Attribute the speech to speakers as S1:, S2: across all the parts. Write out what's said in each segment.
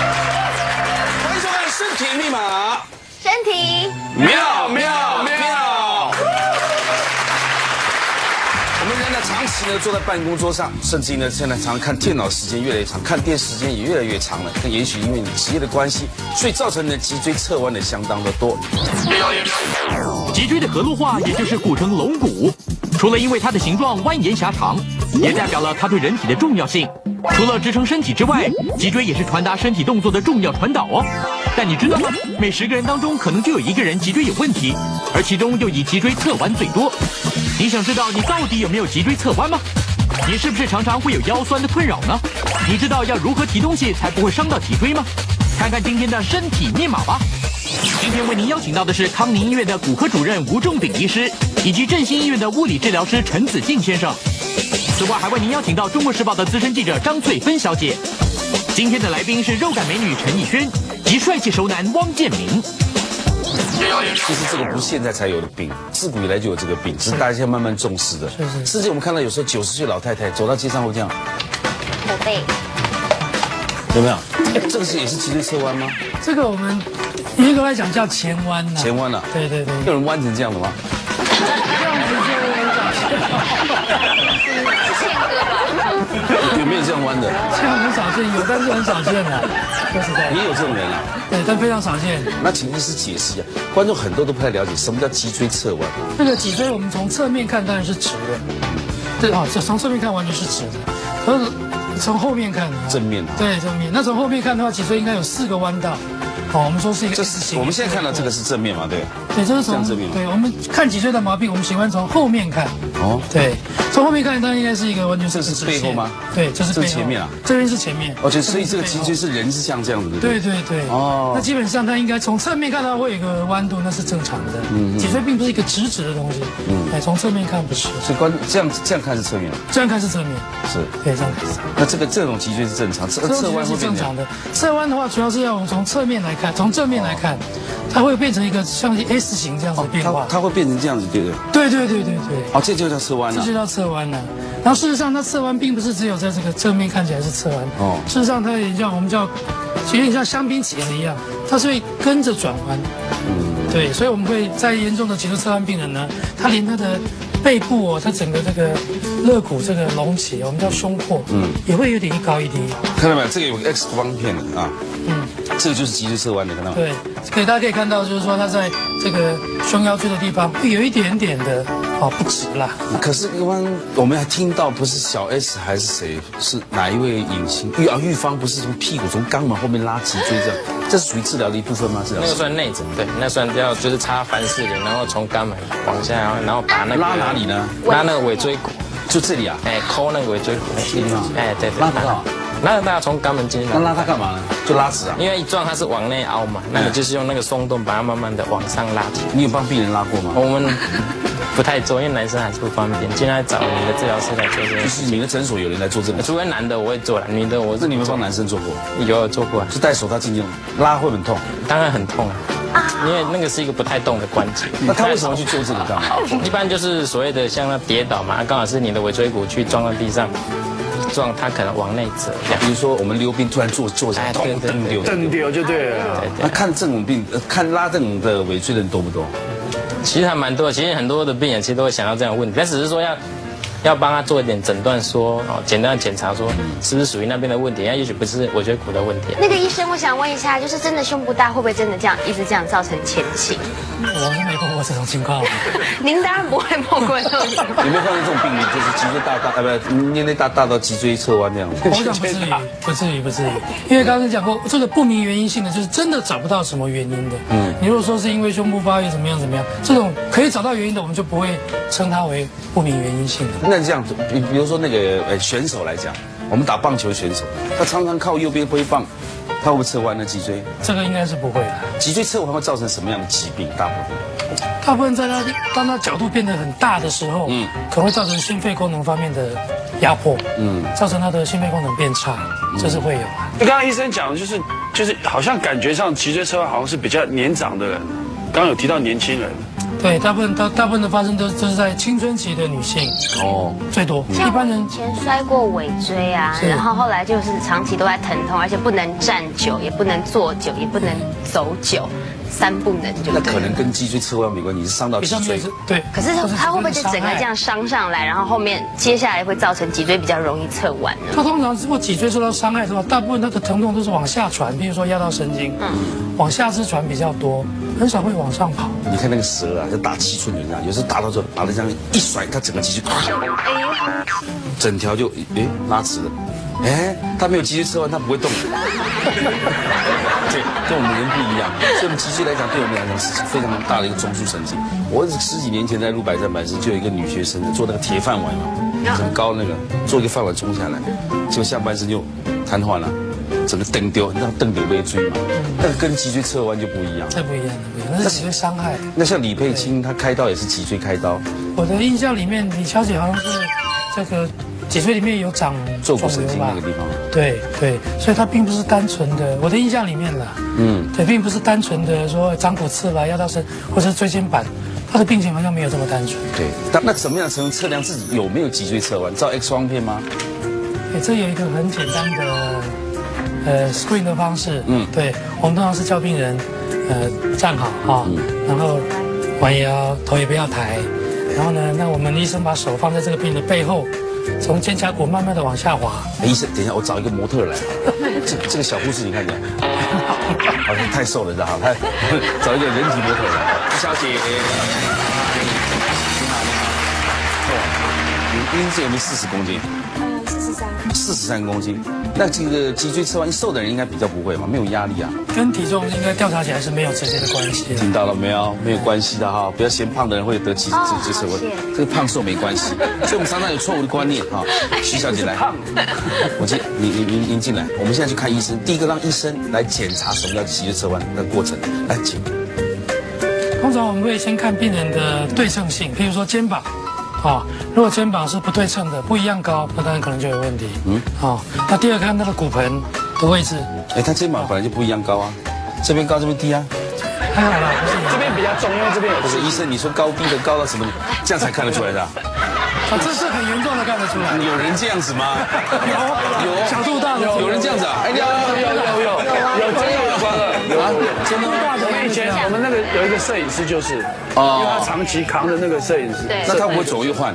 S1: 欢迎收看《身体密码
S2: 身体，》，
S1: 妙妙妙！我们人呢，长期呢坐在办公桌上，甚至于呢，现在常看电脑时间越来越长，看电视时间也越来越长了。但也许因为你职业的关系，所以造成你的脊椎侧弯的相当的多。
S3: 脊椎的合路化，也就是古称龙骨，除了因为它的形状蜿蜒狭长，也代表了它对人体的重要性。除了支撑身体之外，脊椎也是传达身体动作的重要传导哦。但你知道吗？每十个人当中，可能就有一个人脊椎有问题，而其中又以脊椎侧弯最多。你想知道你到底有没有脊椎侧弯吗？你是不是常常会有腰酸的困扰呢？你知道要如何提东西才不会伤到脊椎吗？看看今天的身体密码吧。今天为您邀请到的是康宁医院的骨科主任吴仲鼎医师，以及振兴医院的物理治疗师陈子敬先生。此外，还为您邀请到《中国时报》的资深记者张翠芬小姐。今天的来宾是肉感美女陈奕迅及帅气熟男汪建民。
S1: 其实这个不是现在才有的病，自古以来就有这个病，只是大家慢慢重视的。甚至我们看到有时候九十岁老太太走到街上会这样，
S2: 驼背，
S1: 有没有？哎这个是也是脊椎侧弯吗？
S4: 这个我们严格来讲叫前弯呐、
S1: 前弯了、啊
S4: 对对对，
S1: 有人弯成这样的吗？
S4: 这样子就很少，
S2: 宪哥吧？
S1: 有没有这样弯的？
S4: 这样很少见，有但是很少见的，说实在的，
S1: 也有这种人啊。
S4: 对，但非常少见。
S1: 那请医师解释一下，观众很多都不太了解什么叫脊椎侧弯。
S4: 这个脊椎我们从侧面看当然是直的，对啊，这从侧面看完全是直的，可是从后面看呢，
S1: 正面啊
S4: 对正面。那从后面看的话，脊椎应该有四个弯道。哦，我们说是一个
S1: 这
S4: S
S1: 是
S4: 型。
S1: 我们现在看到这个是正面嘛？对。
S4: 对，这是
S1: 这
S4: 从
S1: 样正面吗
S4: 对我们看脊椎的毛病，我们喜欢从后面看。
S1: 哦。
S4: 对，从后面看，它应该是一个完全
S1: 这是
S4: 直
S1: 背
S4: 线
S1: 后吗
S4: 对，这是
S1: 这是
S4: 背后
S1: 前面啊
S4: 这边是前面。
S1: 哦，就所以这个
S4: 边是
S1: 脊
S4: 背后
S1: 椎是人是像这样子的。不
S4: 对对对，
S1: 哦
S4: 哦，那基本上它应该从侧面看到会有一个弯度，那是正常的。
S1: 嗯
S4: 脊椎并不是一个直直的东西，哎，从侧面看不是，
S1: 所以观这样这样看是侧面，
S4: 这样看是侧面，
S1: 是。
S4: 对，这样看是侧面。
S1: 那这个这种脊椎是正常，侧
S4: 这
S1: 侧
S4: 种
S1: 弯
S4: 脊
S1: 会
S4: 椎是
S1: 变
S4: 正
S1: 这
S4: 常
S1: 样。
S4: 的，侧弯的话，主要是要我们从侧面来看，从正面来
S1: 哦
S4: 看，它会变成一个像 S 型这样子的变
S1: 它
S4: 化。
S1: 哦它会变成这样子，对不对？
S4: 对对对对对，
S1: 哦，这就叫侧弯
S4: 这
S1: 了
S4: 就。叫侧弯了。然后事实上，它侧弯并不是只有在这个正面看起来是侧弯，
S1: 哦
S4: 哦，事实上它也像我们叫，有点像香槟茄子一样，它是会跟着转弯。
S1: 嗯
S4: 对，所以我们会在严重的脊柱侧弯病人呢，他连他的背部哦，他整个这个肋骨这个隆起，我们叫胸廓，嗯，也会有点一高一低。
S1: 看到没有？这个有 X 光片的啊。嗯。这个就是脊椎侧弯的，看到吗？
S4: 对，可以大家可以看到，就是说他在这个胸腰椎的地方会有一点点的哦不直啦。
S1: 可是一般我们还听到不是小 S 还是谁，是哪一位影星？玉啊玉芳不是从屁股从肛门后面拉脊椎这样，这是属于治疗的一部分吗？治疗
S5: 那个算内诊，对，那算要就是插凡士林，然后从肛门往下，然后把那个
S1: 拉哪里呢？
S5: 拉那个尾椎骨，
S1: 就这里啊，
S5: 哎，抠那个尾椎骨，
S1: 这地方
S5: 哎，对对，
S1: 拉不到，
S5: 拉得到从肛门进去
S1: 那，拉它干嘛呢？就拉直啊。哎
S5: 因为一撞它是往内凹嘛，那个就是用那个松动把它慢慢的往上拉起来。
S1: 你有帮病人拉过吗？
S5: 我们 不太做，因为男生还是不方便，尽量找我们的治疗师来做这
S1: 就
S5: 个。
S1: 是你的诊所有人来做这个，
S5: 除非男的我会做了，女的我
S1: 那你们
S5: 做
S1: 帮男生做过？
S5: 有做过啊，
S1: 就戴手套进去拉会很痛，
S5: 当然很痛啊，因为那个是一个不太动的关节。嗯
S1: 那他为什么去做这个干嘛？
S5: 一般就是所谓的像那跌倒嘛，啊刚好是你的尾椎骨去撞到地上，一撞它可能往内折这样
S1: 比。如说我们溜冰突然坐坐下，
S5: 哎
S1: 痛
S5: 对对
S1: 蹬
S5: 对
S1: 溜。
S6: 正丢就对了。
S1: 那看这种病，呃看拉这种的尾椎的人多不多？
S5: 其实还蛮多的，其实很多的病人其实都会想到这样的问题，但只是说要要帮他做一点诊断说，哦简单的检查说是不是属于那边的问题，那也许不是尾椎骨的问题、啊。
S2: 那个医生，我想问一下，就是真的胸部大，会不会真的这样一直这样造成前倾？
S4: 我是没碰过这种情况。
S2: 您当然不会碰过这种情况。
S1: 有没有看到这种病例，就是脊椎大大，呃，不，年龄大大到脊椎侧弯这样？
S4: 我想不至于，不至于，不至于，因为刚刚讲过，这个不明原因性的，就是真的找不到什么原因的。嗯，你如果说是因为胸部发育怎么样怎么样，这种可以找到原因的，我们就不会称它为不明原因性的。
S1: 那这样，比比如说那个呃选手来讲，我们打棒球选手，他常常靠右边挥棒它会不会侧弯呢？脊椎，
S4: 这个应该是不会的。
S1: 脊椎侧弯会造成什么样的疾病？大部分
S4: 大部分在它当它角度变得很大的时候，
S1: 嗯
S4: 嗯，可能会造成心肺功能方面的压迫，嗯，造成它的心肺功能变差，
S1: 嗯
S4: 这是会有的。
S6: 刚刚医生讲的就是，就是好像感觉上脊椎侧弯好像是比较年长的人，刚刚有提到年轻人，
S4: 对，大部分大大部分的发生都都是在青春期的女性
S1: 哦，
S4: 最多，
S2: 像
S4: 一般人
S2: 以前摔过尾椎啊，
S4: 是
S2: 然后后来就是长期都在疼痛，而且不能站久，也不能坐久，也不能走久，三不能就
S1: 那
S2: 对
S1: 可
S2: 了
S1: 能跟脊椎侧弯没关系，你是伤到
S4: 比
S1: 脊
S4: 较没有
S1: 椎
S4: 是。对。
S2: 可是
S4: 或者
S2: 它会不会就整
S4: 伤
S2: 个
S4: 害
S2: 这样伤上来，然后后面接下来会造成脊椎比较容易侧弯呢？
S4: 它通常如果脊椎受到伤害的话，大部分它的疼痛都是往下传，比如说压到神经，
S1: 嗯
S4: 往下肢传比较多，很少会往上跑。
S1: 你看那个蛇啊，就打七寸就这样，有时候打到这，把它这样一甩，它整个脊椎，
S4: 哎
S1: 整条就诶拉直了。 哎，它没有脊椎侧弯，它不会动。对，跟我们人不一样，所以我们脊椎来讲，对我们来讲是非常大的一个中枢神经。我十几年前在录《百战百胜》，就有一个女学生做那个铁饭碗嘛，很高那个，做一个饭碗冲下来，结果下半身就瘫痪了，整个蹬丢，那蹬丢被追嘛。但跟脊椎侧弯就不一样。
S4: 这不一样，这不一样，那是脊椎伤害。
S1: 那像李佩清，她开刀也是脊椎开刀，
S4: 我的印象里面，李小姐好像是这个脊椎里面有长
S1: 坐
S4: 肿
S1: 骨神
S4: 瘤
S1: 经
S4: 吧
S1: 那个？地方。
S4: 对对，所以它并不是单纯的，我的印象里面啦，嗯，对，并不是单纯的说长骨刺啦、压到身或者是椎间板，她的病情好像没有这么单纯。
S1: 对，那那怎么样才能测量自己有没有脊椎侧弯？照 X 光片吗？
S4: 哎，这有一个很简单的呃 screen 的方式，嗯，
S1: 嗯
S4: 对，我们通常是叫病人呃站好哈、然后弯腰，头也不要抬，然后呢，那我们医生把手放在这个病人的背后，从肩胛骨慢慢的往下滑，
S1: 哎医生，等一下，我找一个模特儿 来。这这个小护士，你看看，好像太瘦了，知道吗？ 找一个人体模特儿来。小姐，你好，哦你好，你您这有没有四十公斤？
S7: 嗯，四十三。
S1: 四十三公斤，那这个脊椎侧弯，瘦的人应该比较不会嘛，没有压力啊。
S4: 跟体重应该调查起来是没有直接的关系的。
S1: 听到了没有？没有关系的哈，不要嫌胖的人会得脊
S2: 哦
S1: 椎椎侧
S2: 好
S1: 弯
S2: 险，
S1: 这个胖瘦没关系。所以我们常常有错误的观念 哈。
S6: 哎
S1: 徐小姐来，我进，您您您您进来，我们现在去看医生。第一个让医生来检查什么叫脊椎侧弯的过程，来请。
S4: 通常我们会先看病人的对称性，譬如说肩膀，啊、如果肩膀是不对称的，不一样高，那当然可能就有问题。嗯，啊、那第二看他的骨盆的位置，
S1: 哎，他肩膀本来就不一样高啊，这边高这边低啊。
S4: 还好啦，不是
S6: 这边比较重，因为这边有
S1: 不是医生，你说高低的高到什么，这样才看得出来的啊、
S4: 啊，这是很严重的看得出来。啊
S1: 有人这样子吗？有啊有
S4: 小肚大的
S1: 有人这样子啊？哎，有有有有
S6: 有真有光的。
S1: 有啊，真的吗？
S6: 我们以前我们那个有一个摄影师就是，因为他长期扛着那个摄影师，
S2: 对
S1: 那他不会左右换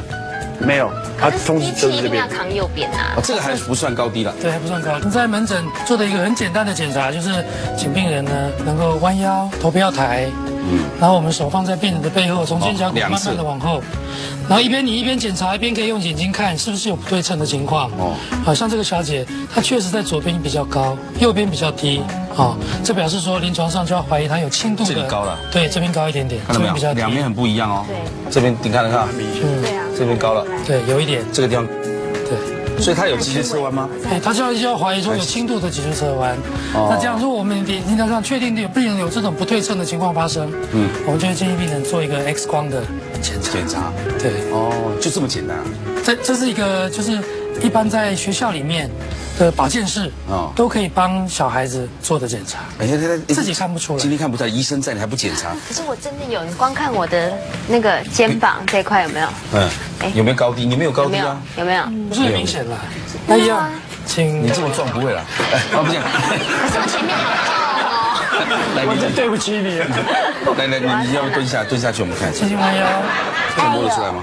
S6: 没有，他
S2: 可
S6: 同
S2: 是
S6: 时
S2: 机
S6: 就
S2: 器一
S6: 是这
S2: 定
S6: 边
S2: 要。扛右边啊。
S1: 啊，这个还不算高低了。
S4: 对，还不算高。在门诊做的一个很简单的检查，就是请病人呢能够弯腰，头不要抬，然后我们手放在病人的背后，从肩胛
S1: 嗯哦
S4: 骨
S1: 两
S4: 慢
S1: 次
S4: 慢的往后，然后一边你一边检查，一边可以用眼睛看是不是有不对称的情况。
S1: 哦
S4: 哦，好像这个小姐她确实在左边比较高，右边比较低，哦，这表示说临床上就要怀疑她有轻度的
S1: 这里高了
S4: 对，这边高一点点，
S1: 看
S4: 这
S1: 到没
S4: 边比
S1: 有？
S4: 较低
S1: 两，边很不一样哦。
S2: 对
S1: 这边你看了看，
S6: 嗯
S2: 对啊，
S1: 这边高了，
S4: 对，有一点，
S1: 这个地方，
S4: 对。
S1: 所以他有脊椎侧弯吗？哦
S4: 哎，他就要就要怀疑说有轻度的脊椎侧弯。那这样，如果我们临临床上确定有病人有这种不对称的情况发生，嗯，我们就会建议病人做一个 X 光的检查。
S1: 检查。
S4: 对，
S1: 哦，就这么简单啊。
S4: 这这是一个就是一般在学校里面的保健室
S1: 哦
S4: 啊，都可以帮小孩子做的检查。
S1: 哎呀，他
S4: 自己看不出来
S1: 今天看不出来，医生在，你还不检查？
S2: 可是我真的有，你光看我的那个肩膀这一块有没有？
S1: 嗯
S2: 哎，
S1: 有没有高低？你没有高
S2: 有
S1: 低
S2: 没有
S1: 啊？？
S2: 有没有？
S4: 不是很明显啦，那一样，请
S1: 你这么壮不会啦？哎啊，不
S2: 可是我前面好痛哦。
S1: 是，来，
S6: 我
S1: 你
S6: 真对不起你，
S1: 来来，你你要不要蹲下，蹲下去我们看一下
S4: 轻，轻弯腰，
S1: 这个摸得出来吗？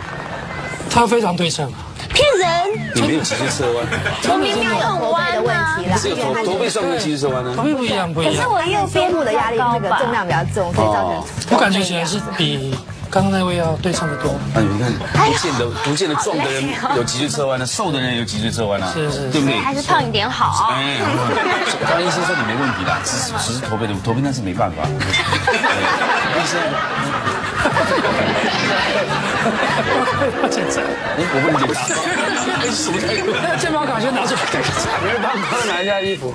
S4: 它非常对称啊。
S7: 骗人！
S1: 你没有脊椎侧弯，
S4: 哎
S7: 我明明很弯的问题啦
S1: 这个头头背算不算脊椎侧弯呢
S4: 头？部不一样，不一
S7: 可是
S4: 样。
S7: 我右边的压力那个重量比较重，所以造
S1: 哦
S7: 成
S4: 我感觉起来是比哎刚刚那位要对称的多。
S1: 啊，你看，不见得不见得壮的人有脊椎侧弯呢，啊瘦的人也有脊椎侧弯啊，
S4: 是是哎
S1: 对不对？
S2: 还是胖一点好。啊
S1: 哎，刚刚医生说你没问题啦，只是只是驼背的，驼背那是没办法。医生，
S4: 要检查，
S1: 哎，我问你检查，什么态度？
S4: 那健保卡先拿出来。
S6: 你会帮帮他拿一下衣服。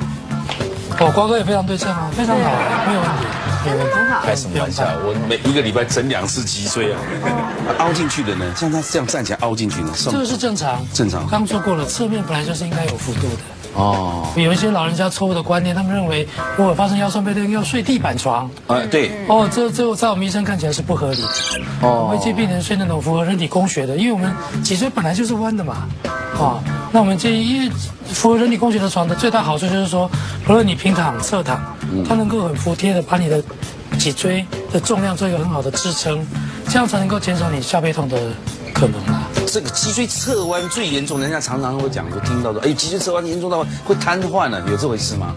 S4: 哦，瓜哥也非常对称啊，非常好，没有问题，没有问题。
S7: 很好。
S1: 开什么玩笑？
S4: 嗯
S1: 我每一个礼拜整两次脊椎啊，凹进去的呢，像他这样站起来凹进去呢，是吗
S4: 这个哦是正常，
S1: 正常
S4: 刚说过了，侧面本来就是应该有幅度的。
S1: 哦，
S4: 有一些老人家错误的观念，他们认为如果发生腰酸背痛要睡地板床。
S1: 哎，对，
S4: 哦，这这在我们医生看起来是不合理的。
S1: 哦
S4: 我会建议病人睡那种符合人体工学的，因为我们脊椎本来就是弯的嘛。哦，那我们建议，因为符合人体工学的床的最大好处就是说，不论你平躺、侧躺，它能够很服帖的把你的脊椎的重量做一个很好的支撑，这样才能够减少你下背痛的可能啊。
S1: 这个脊椎侧弯最严重，人家常常会讲，我听到说，哎，脊椎侧弯严重到会瘫痪啊了，有这回事吗？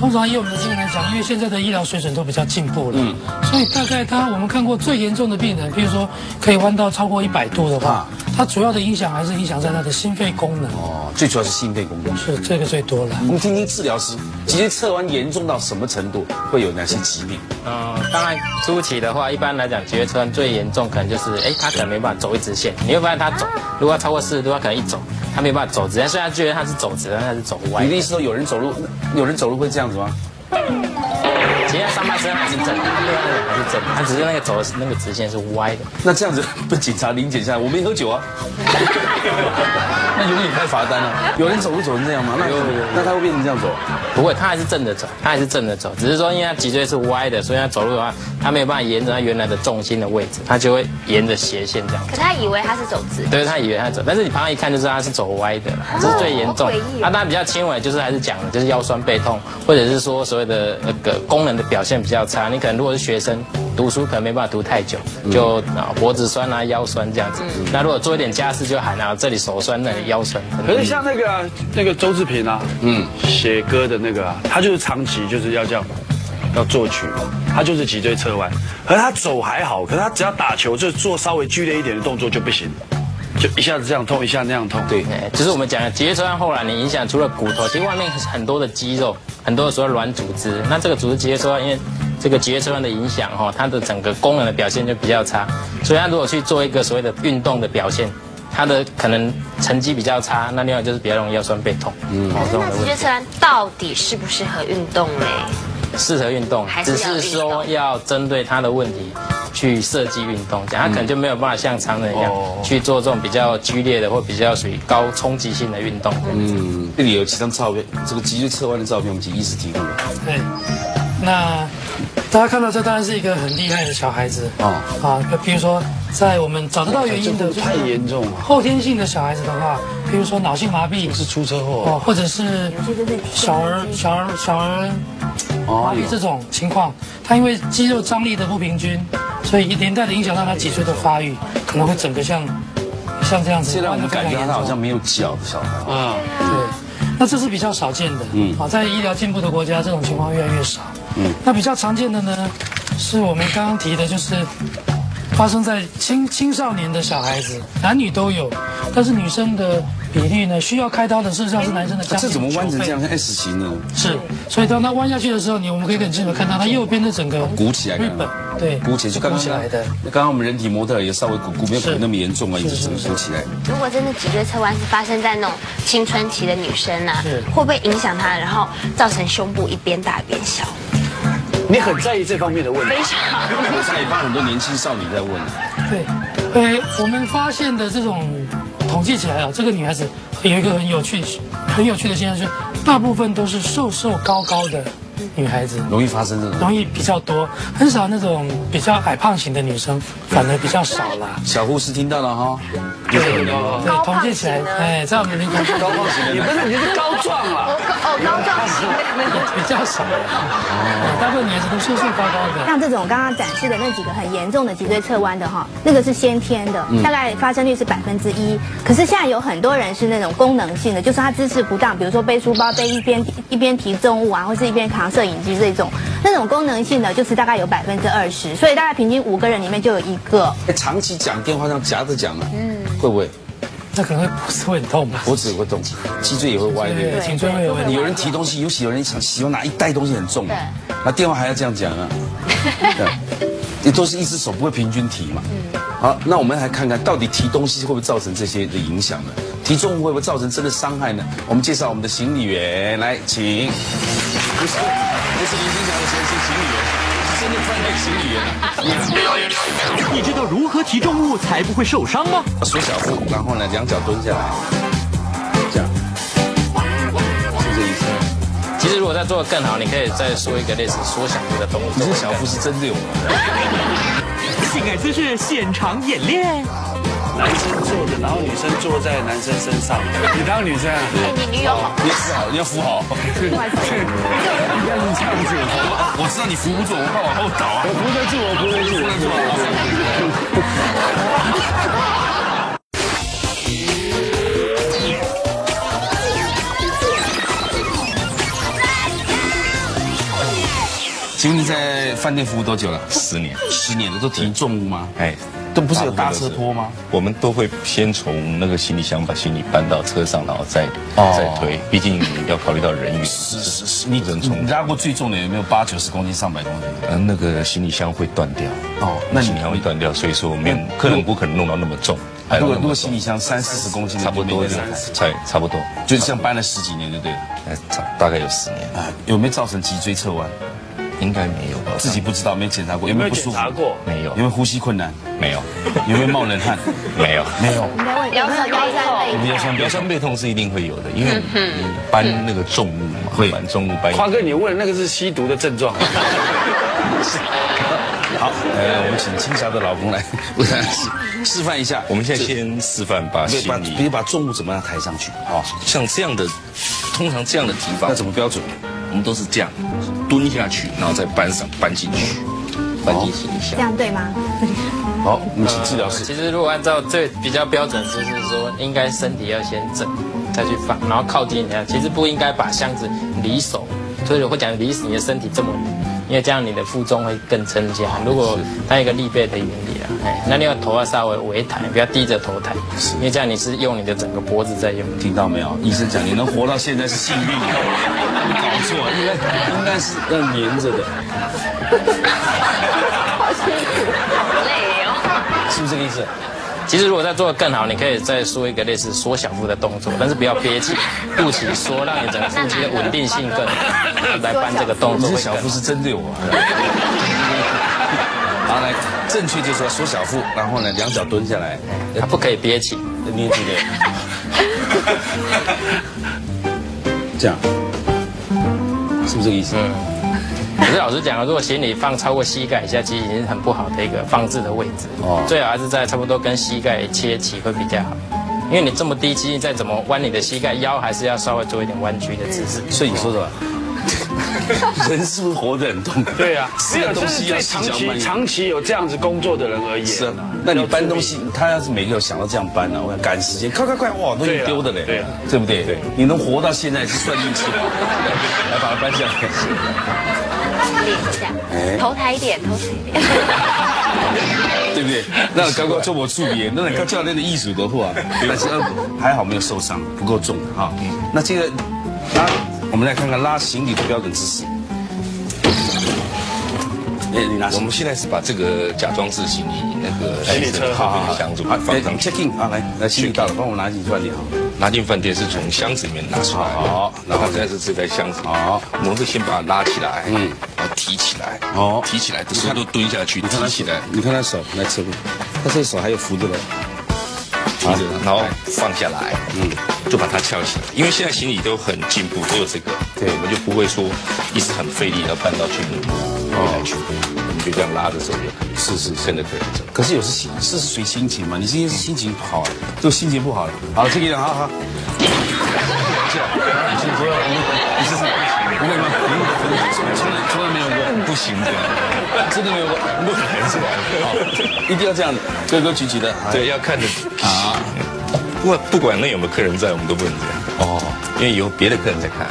S4: 通常以我们的经验来讲，因为现在的医疗水准都比较进步了，所以大概他我们看过最严重的病人，比如说可以弯到超过一百度的话
S1: 啊，
S4: 它主要的影响还是影响在他的心肺功能，
S1: 哦，最主要是心肺功能。
S4: 是这个最多了。
S1: 我们听听治疗师，脊椎侧弯严重到什么程度，会有哪些疾病？
S5: 嗯，当然初期的话，一般来讲，脊椎侧弯最严重可能就是，哎，他可能没办法走一直线。你会发现他走，如果他超过四十度，他可能一走，他没办法走直线。虽然他觉得他是走直，但他是走歪
S1: 你。的意思说有人走路，有人走路会这样子吗？
S5: 其实他上半身还是正的，对啊，还是正的，他只是那个走的那个直线是歪的。
S1: 那这样子被警察临检下来，我没喝酒啊，那永远开罚单啊。有人走路走成这样吗？那那他会变成这样走？
S5: 不会，他还是正着走，他还是正着走，只是说因为他脊椎是歪的，所以他走路的话，他没有办法沿着他原来的重心的位置，他就会沿着斜线这样走。
S2: 可他以为他是走直的，
S5: 对，他以为他走，但是你旁边一看就知道他是走歪的，这是最严重
S7: 好诡异哦。
S5: 他当然比较轻微，就是还是讲的就是腰酸背痛，或者是说所谓的那个功能的表现比较差。你可能如果是学生，读书可能没办法读太久，
S7: 嗯
S5: 就啊脖子酸啊腰酸这样子。那如果做一点家事就喊啊这里手酸那里腰酸。
S6: 可是像那个啊、那个周志平啊，嗯，写歌的那个啊，他就是长期就是要这样，要作曲，他就是脊椎侧弯。可是他走还好，可是他只要打球，就做稍微剧烈一点的动作就不行，就一下子这样痛，一下那样痛。
S1: 对
S5: 哎，就是我们讲的脊椎侧弯后来你影响除了骨头，其实外面很多的肌肉，很多的所谓软组织。那这个组织脊椎侧弯，因为这个脊椎侧弯的影响哈，它的整个功能的表现就比较差。所以它如果去做一个所谓的运动的表现，它的可能成绩比较差。那另外就是比较容易腰酸背痛，嗯，哦，这种
S2: 那
S5: 的
S2: 脊
S5: 问
S2: 椎
S5: 题。
S2: 侧弯到底适不适合运动嘞？
S5: 适合运动
S2: 还，是
S5: 只
S2: 要
S5: 是说要针对他的问题去设计运动，这样他可能就没有办法像常人一样
S6: 哦
S5: 去做这种比较剧烈的或比较属于高冲击性的运动。
S1: 嗯，这里有几张照片，这个脊椎侧弯的照片，我们请医师提供的。
S4: 对，那大家看到这当然是一个很厉害的小孩子
S1: 哦
S4: 啊啊，就比如说在我们找得到原因的，
S6: 太严重了。
S4: 后天性的小孩子的话，比如说脑性麻痹
S6: 是出车祸，
S4: 哦，或者是小儿小儿小儿麻
S1: 哦
S4: 痹这种情况，它因为肌肉张力的不平均，所以连带的影响到他脊椎的发育，可能会整个像像这样子。
S1: 现在我们
S4: 弯得非常
S1: 感觉他好
S4: 严重
S1: 像没有脚，小孩。
S6: 嗯，
S4: 啊对，那这是比较少见的。嗯，好，在医疗进步的国家，这种情况越来越少。嗯，那比较常见的呢，是我们刚刚提的，就是发生在青青少年的小孩子，男女都有，但是女生的比例呢，需要开刀的事实上是男生的将
S1: 啊这
S4: 近
S1: 怎么弯
S4: 9
S1: 成
S4: 倍
S1: 这样，像 S 型呢？
S4: 是，所以当它弯下去的时候，你我们可以很清楚地看到它右边的整个
S1: 鼓起来
S4: 日
S1: 看到
S4: 本对
S1: 鼓起来就刚
S4: 弯
S1: 刚
S4: 来的。
S1: 刚刚我们人体模特儿也稍微鼓鼓，没有鼓那么严重啊，也是整个鼓起来。
S2: 如果真的脊椎侧弯是发生在那种青春期的女生啊
S4: 是，
S2: 会不会影响她，然后造成胸部一边大一边小？
S6: 你很在意这方面的问题。
S2: 非常。
S1: 我才也怕很多年轻少女在问，
S4: 对，呃，我们发现的这种统计起来啊，这个女孩子有一个很有趣、很有趣的现象，就是大部分都是瘦瘦高高的女孩子，
S1: 容易发生这种。
S4: 容易比较多，很少那种比较矮胖型的女生，反而比较少啦。
S1: 小护士听到了哈，
S4: 对，统计起来，哎，在我们临床中
S1: 高胖型的
S6: 你
S1: 男
S6: 不是你是高壮啊，
S4: 比较少，哎大部分女孩子都瘦瘦高高的。
S7: 像这种刚刚展示的那几个很严重的脊椎侧弯的哈，那个是先天的，
S4: 嗯
S7: 大概发生率是百分之一。可是现在有很多人是那种功能性的，就是他姿势不当，比如说背书包、背一边一边提重物啊，或是一边扛摄影机这种，那种功能性的就是大概有百分之二十，所以大概平均五个人里面就有一个。
S1: 哎长期讲电话上夹着讲啊，嗯，会不会
S4: 那可能会脖子会很痛吧？
S1: 脖子也会动，脊椎也会歪，对不对？
S4: 颈椎会有问
S1: 你
S4: 题。
S1: 有人提东西，尤其有人想喜欢拿一袋东西很重，那电话还要这样讲啊，对啊也都是一只手不会平均提嘛。好，那我们来看看到底提东西会不会造成这些的影响呢？提重物会不会造成真的伤害呢？我们介绍我们的行李员来，请。不是不是林青霞的钱，是行李员，真的在那个行李员啊。
S3: 你知道如何提重物才不会受伤吗？
S1: 缩小腹，然后呢，两脚蹲下来，这样，是这意思吗。
S5: 其实如果再做的更好，你可以再说一个类似缩小腹的动
S1: 你
S5: 作。
S1: 这小腹是真的有吗？
S3: 性爱姿势现场演练。
S6: 男生坐着，然后女生坐在男生身上，你当女生啊？
S2: 哎，你女友好
S1: 你要扶好，你要扶好。
S6: 应该是这样子，
S1: 我知道你扶不住，我怕往后倒啊。
S6: 我扶得住，我扶得住，我扶得住。
S1: 请问你在饭店服务多久了？
S8: 十年，
S1: 十年了，都提重物吗？
S8: 哎，
S1: 都不是有大车坡吗？
S8: 我们都会先从那个行李箱把行李搬到车上，然后再、
S1: 哦
S8: 再推，毕竟要考虑到人员。
S1: 是是是，你
S8: 人
S1: 你
S8: 重，
S1: 拉过最重的有没有八九十公斤、上百公斤？
S8: 呃，那个行李箱会断掉。
S1: 哦那你嗯
S8: 行李箱会断掉，所以说我们客人不可能弄到那么重。
S1: 啊
S8: 还
S1: 如
S8: 要
S1: 果如
S8: 那
S1: 果
S8: 么
S1: 行
S8: 重
S1: 李箱三四十公斤的，
S8: 差不多
S1: 就
S8: 就
S1: 没人
S8: 才差不多，
S1: 就像搬了十几年就对了。
S8: 呃，差大概有十年，
S1: 啊，有没有造成脊椎侧弯？
S8: 应该没有吧？
S1: 自己不知道，没检查过，有
S6: 有
S1: 没
S6: 没有
S1: 有不
S6: 检
S1: 舒服？
S6: 查过？
S8: 没有
S1: 有没有呼吸困难？
S8: 没有
S1: 啊有没有冒冷汗？
S8: 没有。
S1: 没有。
S7: 你在问有没有腰酸背痛？
S8: 腰酸腰酸背痛是一定会有的，
S6: 嗯
S8: 因为你搬那个重物嘛，
S1: 会
S8: 搬重物搬。
S6: 花哥，你问的那个是吸毒的症状。
S1: 好，呃，我们请青霞的老公来为大家示示范一下。
S8: 我们现在
S1: 这
S8: 先示范把
S1: 对
S8: 行
S1: 把
S8: 李
S1: 比如把重物怎么样抬上去？哦，
S8: 像这样的，通常这样的提法
S1: 那，怎么标准？
S8: 我们都是这样蹲下去，然后再搬上搬进去，搬进行李
S7: 这
S8: 箱。
S7: 样对吗？
S4: 嗯
S1: 好，我们请治疗师。
S5: 其实如果按照最比较标准，就是说应该身体要先正，再去放，然后靠近一下。其实不应该把箱子离手，所以我会讲离你的身体这么远，因为这样你的负重会更增加。
S1: 哦
S5: 如果它有一个力背的原理啊，哎，那另外头要稍微微抬，不要低着头抬，因为这样你是用你的整个脖子在用力。
S1: 听到没有？医生讲你能活到现在是幸运的，你搞错，应该应该是要粘着的，
S2: 累哦。
S1: 是不是这个意思？
S5: 其实如果再做的更好，你可以再说一个类似缩小腹的动作，但是不要憋气，肚脐缩，让你整个腹肌的稳定性更好。来搬这个动
S1: 你
S5: 作
S1: 这
S5: 会
S1: 小
S5: 更
S1: 腹
S5: 好。
S1: 是真的有啊。 好，来，正确就是要缩小腹，然后呢，两脚蹲下来，
S5: 它不可以憋气，
S1: 捏住脸，这样，是不是这个意思？
S5: 嗯可是老实讲，啊如果行李放超过膝盖以下，其实已经是很不好的一个放置的位置。
S1: 哦
S5: 哦，最好还是在差不多跟膝盖切齐会比较好，因为你这么低，其实你再怎么弯你的膝盖，腰还是要稍微做一点弯曲的姿势。嗯
S1: 所以你说什么？ 人是不是活得很 痛苦？
S6: 对啊，
S1: 吃
S6: 没有，
S1: 的
S6: 这
S1: 东
S6: 是
S1: 西要
S6: 对
S1: 细
S6: 长
S1: 嚼慢
S6: 期
S1: 咽。
S6: 长期有这样子工作的人而言。
S1: 是啊，那你搬东西，他要是每个有想到这样搬呢、啊，我想赶时间，快快快，哇，东西
S6: 对啊
S1: 丢的嘞，
S6: 对啊
S1: 不对？对，你能活到现在是算运气了， 来把它搬 下来。
S2: 头抬一点，头抬一点。
S1: 对不对？那刚刚做我助
S8: 啊
S1: 理，那个教练的艺术的话，但是呃还好没有受伤，不够重哈。
S8: 嗯
S1: 那这个拉，我们来看看拉行李的标准姿势。哎，你拿
S8: 我
S1: 行
S8: 们
S1: 李
S8: 现在是把这个假装是行李那个
S6: 行李车
S8: 行李箱子
S1: 好，
S8: 放
S1: 哎
S8: 上去，
S1: check in 啊，来来，行李到了，帮我拿进去饭店好。
S8: 拿进饭店是从箱子里面拿出来，
S1: 好
S8: 然后再是这袋箱子，
S1: 好，
S8: 我们会先把它拉起来，
S1: 哦嗯
S8: 嗯，然后提起来，
S1: 好
S8: 提起来，手都蹲下去，
S1: 你看
S8: 提
S1: 他
S8: 起
S1: 手
S8: 来，，
S1: 你看他手，来这边，他这手还有扶着嘞，提着
S8: 啊然后放下来，嗯，就把它翘起来。因为现在行李都很进步，都有这个，
S1: 对
S8: 我们就不会说一直很费力要搬到去回来
S1: 哦
S8: 去，我们就这样拉着走就可以。是是，真的可以走。
S1: 可是有时心是随心情嘛，你今天是心情好，就心情不好了。
S8: 啊
S1: 好，这个人，好好。这样，你先不要，你是不会吗？从从来从来没有过，不行的，真的没有过，不可能是吧？好，一定要这样子，规规矩矩的。哎
S8: 对，，要看着啊。不管不管那有没有客人在，我们都不能这样哦，因为有别的客人在看，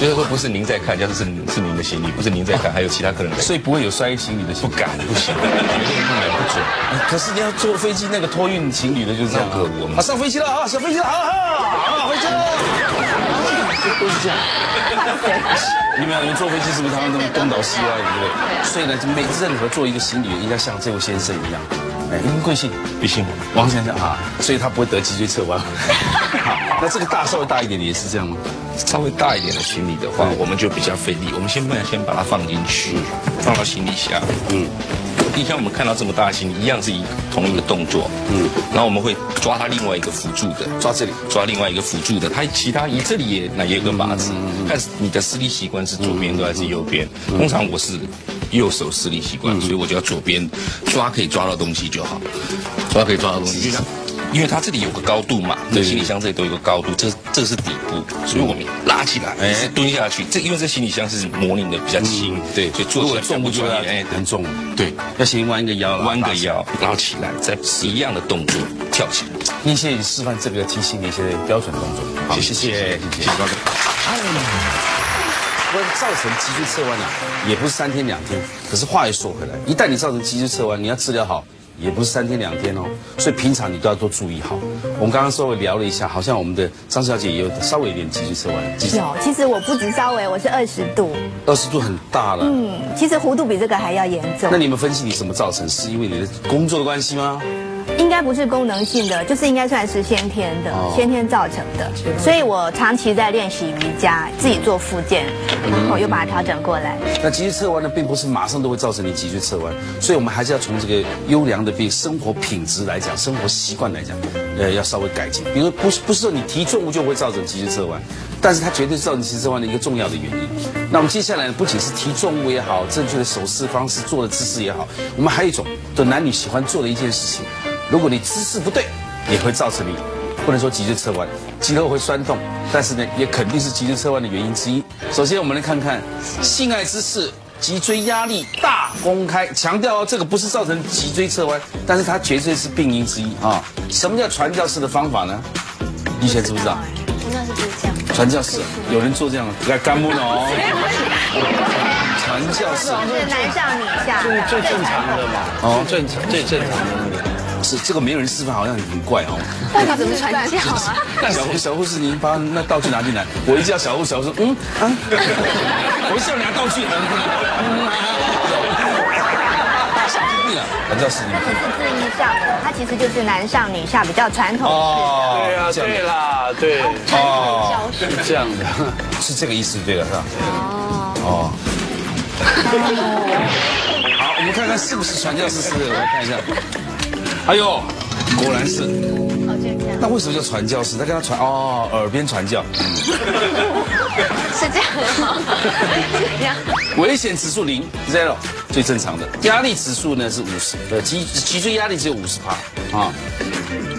S8: 就是说不是您在看，要是是您是您的行李，不是您在看，还有其他客人在看，
S1: 哦所以不会有摔行李的
S8: 不
S1: 情
S8: 敢不行，绝对不能不准。
S1: 况。可是你要坐飞机那个托运情侣的就是这样啊。
S8: 那个我们
S1: 啊上飞机了啊，小飞机了，好好好，回家了。都是这样。你们你们坐飞机是不啊是他们都东倒西歪，对不对？所以呢，就没任何做一个行李员应该像这位先生一样，哎，您贵姓？
S8: 毕竟
S1: 王先生啊，所以他不会得脊椎侧弯。好，那这个大稍微大一点的也是这样吗？嗯
S8: 稍微大一点的行李的话，我们就比较费力。我们先不然先把它放进去，放到行李箱。嗯，你像我们看到这么大的行李，一样是一同一个动作。嗯，然后我们会抓它另外一个辅助的，
S1: 抓这里
S8: 抓另外一个辅助的，它其他一这里也那也有个码
S1: 嗯
S8: 子，看你的施力习惯是左边多还是右边。通常我是右手施力习
S1: 嗯
S8: 惯，所以我就要左边抓可以抓到东西就好，抓可以抓到东西，就像。因为它这里有个高度嘛，对，行李箱这里都有个高度，这这是底部，所以我们拉起来，哎，蹲下去。这因为这行李箱是模拟的比较轻，对，所以坐
S1: 嗯
S8: 起来
S1: 如果重
S8: 不
S1: 不
S8: 重
S1: 重
S8: 要
S1: 要？，
S8: 哎，
S1: 很重。
S8: 对，
S1: 要先弯个腰，
S8: 弯个。腰，然后起来，再一样的动作跳起来。
S1: 您现在示范这个提醒你一些标准动作。好，谢谢，谢谢。
S8: 高总。
S1: 不过造成脊椎侧弯啊，也不是三天两天。可是话又说回来，一旦你造成脊椎侧弯，你要治疗好，也不是三天两天哦。所以平常你都要多注意好。我们刚刚稍微聊了一下，好像我们的张小姐也有稍微有点脊椎侧弯，脊
S7: 有，哦其实我不止稍微，我是二十度，
S1: 二十度很大了。
S7: 嗯，其实弧度比这个还要严重
S1: 那。你们分析你怎么造成？是因为你的工作的关系吗？
S7: 应该不是功能性的，就是应该算是先天的，
S1: 哦
S7: 先天造成的。所以我长期在练习瑜伽，自己做复健，
S1: 嗯
S7: 然后又把它调整过来。
S1: 那脊椎侧弯呢，并不是马上都会造成你脊椎侧弯，所以我们还是要从这个优良的比生活品质来讲，生活习惯来讲，呃，要稍微改进。比如说不是不是说你提重物就会造成脊椎侧弯，但是它绝对是造成脊椎侧弯的一个重要的原因。那我们接下来呢，不仅是提重物也好，正确的手势方式、做的姿势也好，我们还有一种，就男女喜欢做的一件事情，如果你姿势不对，也会造成你。不能说脊椎侧弯，肌肉会酸痛，但是呢，也肯定是脊椎侧弯的原因之一。首先，我们来看看性爱姿势。脊椎压力大公开，强调哦，这个不是造成脊椎侧弯，但是它绝对是病因之一啊、什么叫传教士的方法呢？以前知不知道？
S2: 我那时候就是这样。
S1: 传教士有人做这样的，来干木哦。传教士
S7: 是男上女下，
S6: 最最正常的嘛，哦，
S1: 哦
S6: 最正常最正常的那个。
S1: 是这个没有人示范，好像很怪哦。
S2: 到底怎么传教啊？
S1: 小护小护士，您把那道具拿进来。我一叫小护士，我说嗯啊，我一叫拿道具，嗯嗯啊，神经病啊！反正是你们
S7: 是字义上的，它其实就是男上女下比较传统。
S1: 哦
S6: 对啊，
S1: 这样
S6: 对啦，对，
S1: 哦，
S6: 这样的。
S1: 是这个意思对了是吧？哦哦，好，我们看看是不是传教士是，我来看一下。哎呦，果然是。
S2: 哦，就是这样，
S1: 那为什么叫传教士？他跟他传哦，耳边传教。
S2: 是这样吗？这样。
S1: 危险指数零 zero 最正常的，压力指数呢是五十，呃脊脊椎压力只有五十帕啊。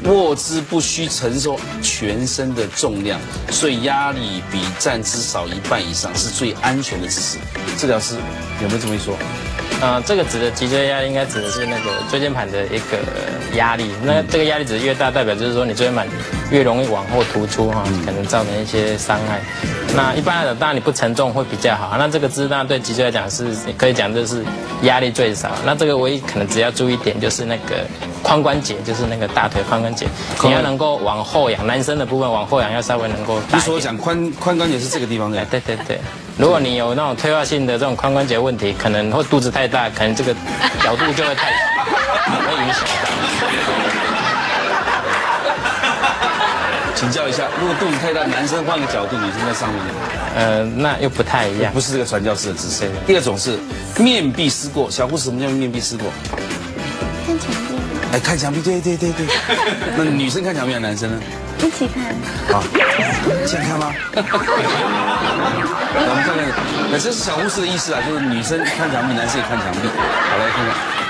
S1: 卧姿不需承受全身的重量，所以压力比站姿少一半以上是最安全的姿势。治疗师有没有这么一说？
S5: 呃，这个指的脊椎压力应该指的是那个椎间盘的一个压力。那这个压力值越大，代表就是说你椎间盘越容易往后突出哈、可能造成一些伤害。那一般来讲，当然你不承重会比较好。那这个姿势当然对脊椎来讲是可以讲就是压力最少。那这个唯一可能只要注意一点就是那个髋关节，就是那个大腿髋关节，你要能够往后仰，男生的部分往后仰要稍微能够大
S1: 你
S5: 一点
S1: 所。讲髋髋关节是这个地方的
S5: 哎，，对对对，如果你有那种退化性的这种髋关节问题，可能或肚子太大，可能这个角度就会太 小，会影响到。
S1: 请教一下，如果肚子太大，男生换个角度，女生在上面，
S5: 呃，那又不太一样
S1: 不。是这个传教士的姿势
S5: 对。
S1: 第二种是面壁思过，小护士什么叫面壁思过？
S9: 看墙壁，
S1: 哎，看墙壁，对对对 对。那女生看墙壁，啊男生呢？
S9: 一起看。
S1: 啊，这样看吗？来我们看看，那这是小护士的意思啊，就是女生看墙壁，男生也看墙壁。好，来看看。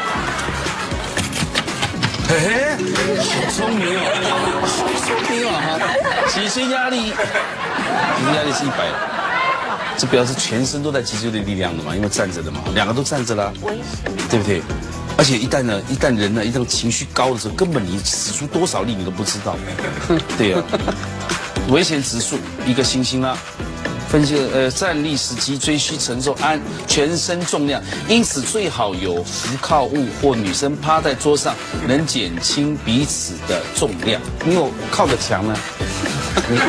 S1: 哎，好聪明哦，好聪明哦 哈！脊椎压 力，脊椎压力是一百，这表示全身都在脊椎的力量的嘛，因为站着的嘛，两个都站着啦，对不对？而且一旦呢，一旦人呢，一旦情绪高的时候，根本你使出多少力你都不知道，对呀、危险指数一个星星啦、分析了呃，站立时脊椎需承受安全身重量，因此最好有扶靠物或女生趴在桌上，能减轻彼此的重量。你有靠着墙呢、你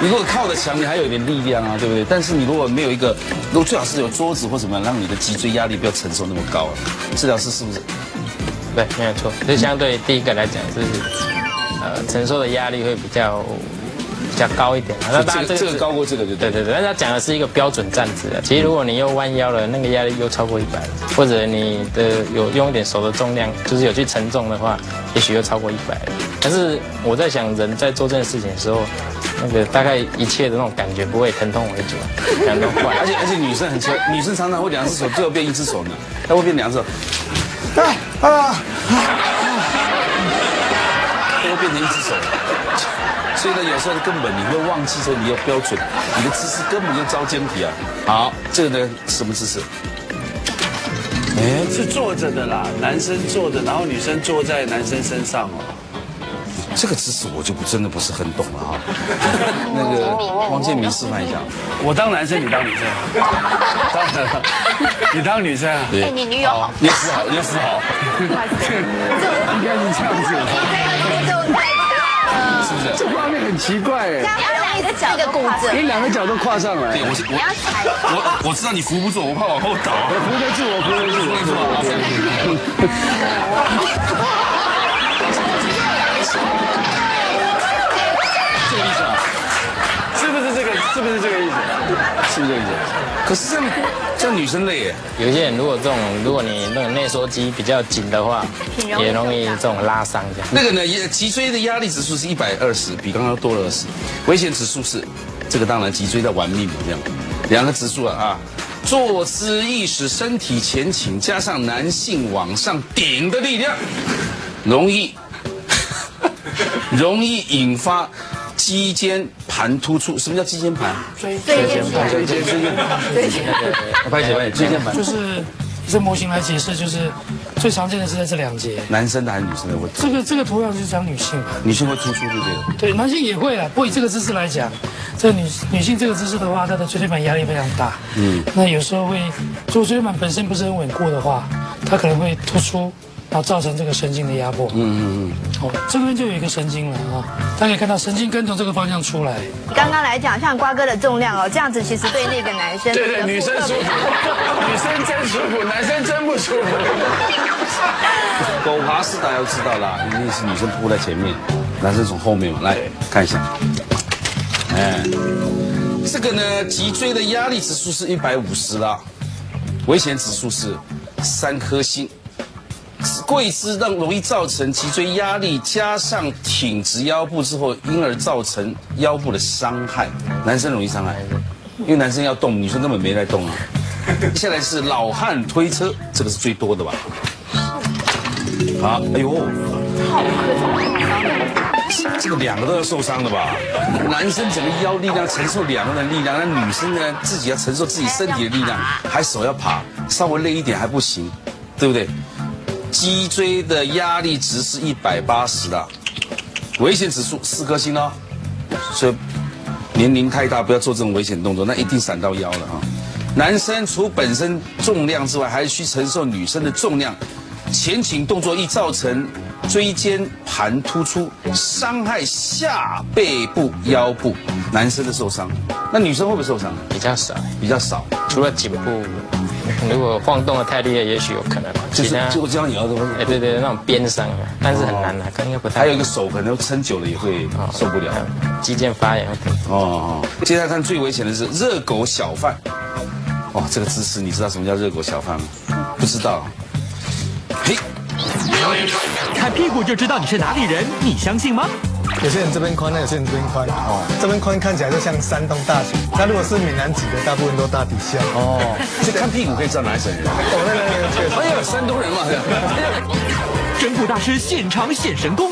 S1: 如果靠着墙，你还有一点力量啊，对不对？但是你如果没有一个，如果最好是有桌子或什么，让你的脊椎压力不要承受那么高啊。治疗师是不是？
S5: 对，没有错。所以相对第一个来讲是，呃，承受的压力会比较比较高一点啊。那当然
S1: 这个这个
S5: 是
S1: 高过这个就对
S5: 对对对，但他讲的是一个标准站姿的。其实如果你又弯腰了，那个压力又超过一百，或者你的有用一点手的重量，就是有去承重的话，也许又超过一百。但是我在想，人在做这件事情的时候，那个大概一切的那种感觉不会以疼痛为主，啊感到坏。
S1: 而且而且女生很奇怪，女生常常会两只手，最后变一只手呢，她会变两只手，啊啊啊，最后变成一只手。所以呢，有时候根本你会忘记说你要标准，你的姿势根本就遭奸皮啊。好，这个呢什么姿势？哎，
S6: 是坐着的啦，男生坐着，然后女生坐在男生身上哦。
S1: 这个姿势我就不真的不是很懂了哈、那个王建民示范一下，
S6: 我当男生，你当女 生，当然了，你当女生啊，
S2: 哎、你女友好，
S1: 你扶好，你 扶好，
S6: 应该是这样子，哦
S2: 啊
S1: 是不是？
S6: 这画面很奇怪哎，
S2: 你要让你的脚的骨折，
S6: 你两个脚都跨上来
S1: 对，，我是我我我知道你扶不住，我怕往后倒。
S6: 扶得住我，扶得住我。
S1: 这个意思啊，
S6: 是不是这个？是不是这个意思？
S1: 是不是这个意思？可是这样这样女生累耶。
S5: 有些人如果这种，如果你那个内缩肌比较紧的话，
S7: 挺容易
S5: 也容易这种拉伤这样。
S1: 那个呢，也脊椎的压力指数是一百二十，比刚刚多了二十。危险指数是，这个当然脊椎在玩命嘛，这样。两个指数啊啊，坐姿意识、身体前倾，加上男性往上顶的力量，容易容易引发肌间盘突出。什么叫肌间盘？椎间盘。椎间盘。
S6: 哎
S1: 拍起拍起，椎间盘。
S4: 就是以这模型来解释，就是最常见的是在这两节。
S1: 男生的还是女生的问题？
S4: 这个这个图样就是讲女性吧，
S1: 女性会突出对不对？
S4: 对，男性也会啦。不过以这个姿势来讲，这个女女性这个姿势的话，她的椎间盘压力非常大。嗯，那有时候会，如果椎间盘本身不是很稳固的话，它可能会突出，然后造成这个神经的压迫。嗯嗯嗯。哦，这边就有一个神经了啊、大家可以看到神经根从这个方向出来。
S7: 刚刚来讲，像瓜哥的重量哦，这样子其实对那个男生，
S6: 对对，女生舒服，女生真舒服，男生真不舒服。
S1: 狗爬式大家都知道啦，一定是女生扑在前面，男生从后面嘛。来看一下，哎，这个呢，脊椎的压力指数是一百五十啦，危险指数是三颗星。跪姿让容易造成脊椎压力，加上挺直腰部之后，因而造成腰部的伤害。男生容易伤害，因为男生要动，女生根本没在动啊。接下来是老汉推车，这个是最多的吧？好，哎呦，这个两个都要受伤的吧？男生整个腰力量承受两个人的力量，那女生呢自己要承受自己身体的力量，还手要爬，稍微累一点还不行，对不对？脊椎的压力值是一百八十的，危险指数四颗星哦，所以年龄太大不要做这种危险动作，那
S5: 嗯
S1: 一定闪到腰了啊、男生除本身重量之外，还需承受女生的重量。前倾动作易造成椎间盘突出，伤害下背部、腰部。男生的受伤，那女生会不会受伤？
S5: 比较少，
S1: 比较少，
S5: 除了颈部，如果晃动的太厉害，也许有可能吧。
S1: 就是
S5: 其他
S1: 就这样也要
S5: 哎，对对，那种鞭伤啊，但是很难啊，应该不太。
S1: 还有一个手可能撑久了也会受不了。
S5: 嗯肌腱发炎会疼。
S1: 哦，哦，接下来看最危险的是热狗小贩。哦，这个姿势你知道什么叫热狗小贩吗？不知道。嘿，
S3: 看屁股就知道你是哪里人，你相信吗？
S10: 有些人这边宽，那有些人这边宽。哦，这边宽看起来就像山东大学，那如果是闽南籍的，大部分都大底下。哦，
S1: 这看屁股可以知道哪里省人。
S10: 我那个确实。
S1: 哎呀，山东人嘛。
S3: 整蛊大师现场显神功，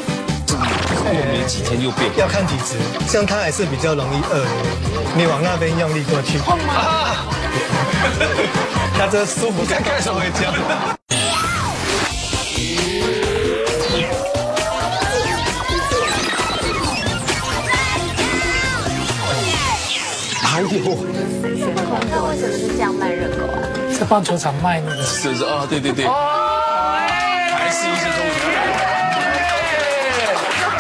S1: 哎过没几天又变。
S10: 要看体质，像他还是比较容易饿的，你往那边用力过去。
S3: 哦
S10: 痛吗？他这舒服，看看什么叫？
S1: 哎呦，
S2: 那为什么是这样卖热狗啊？
S4: 在棒球场卖那个，
S1: 是不是？哦，对对对。
S6: 哎
S1: 还是一些东西。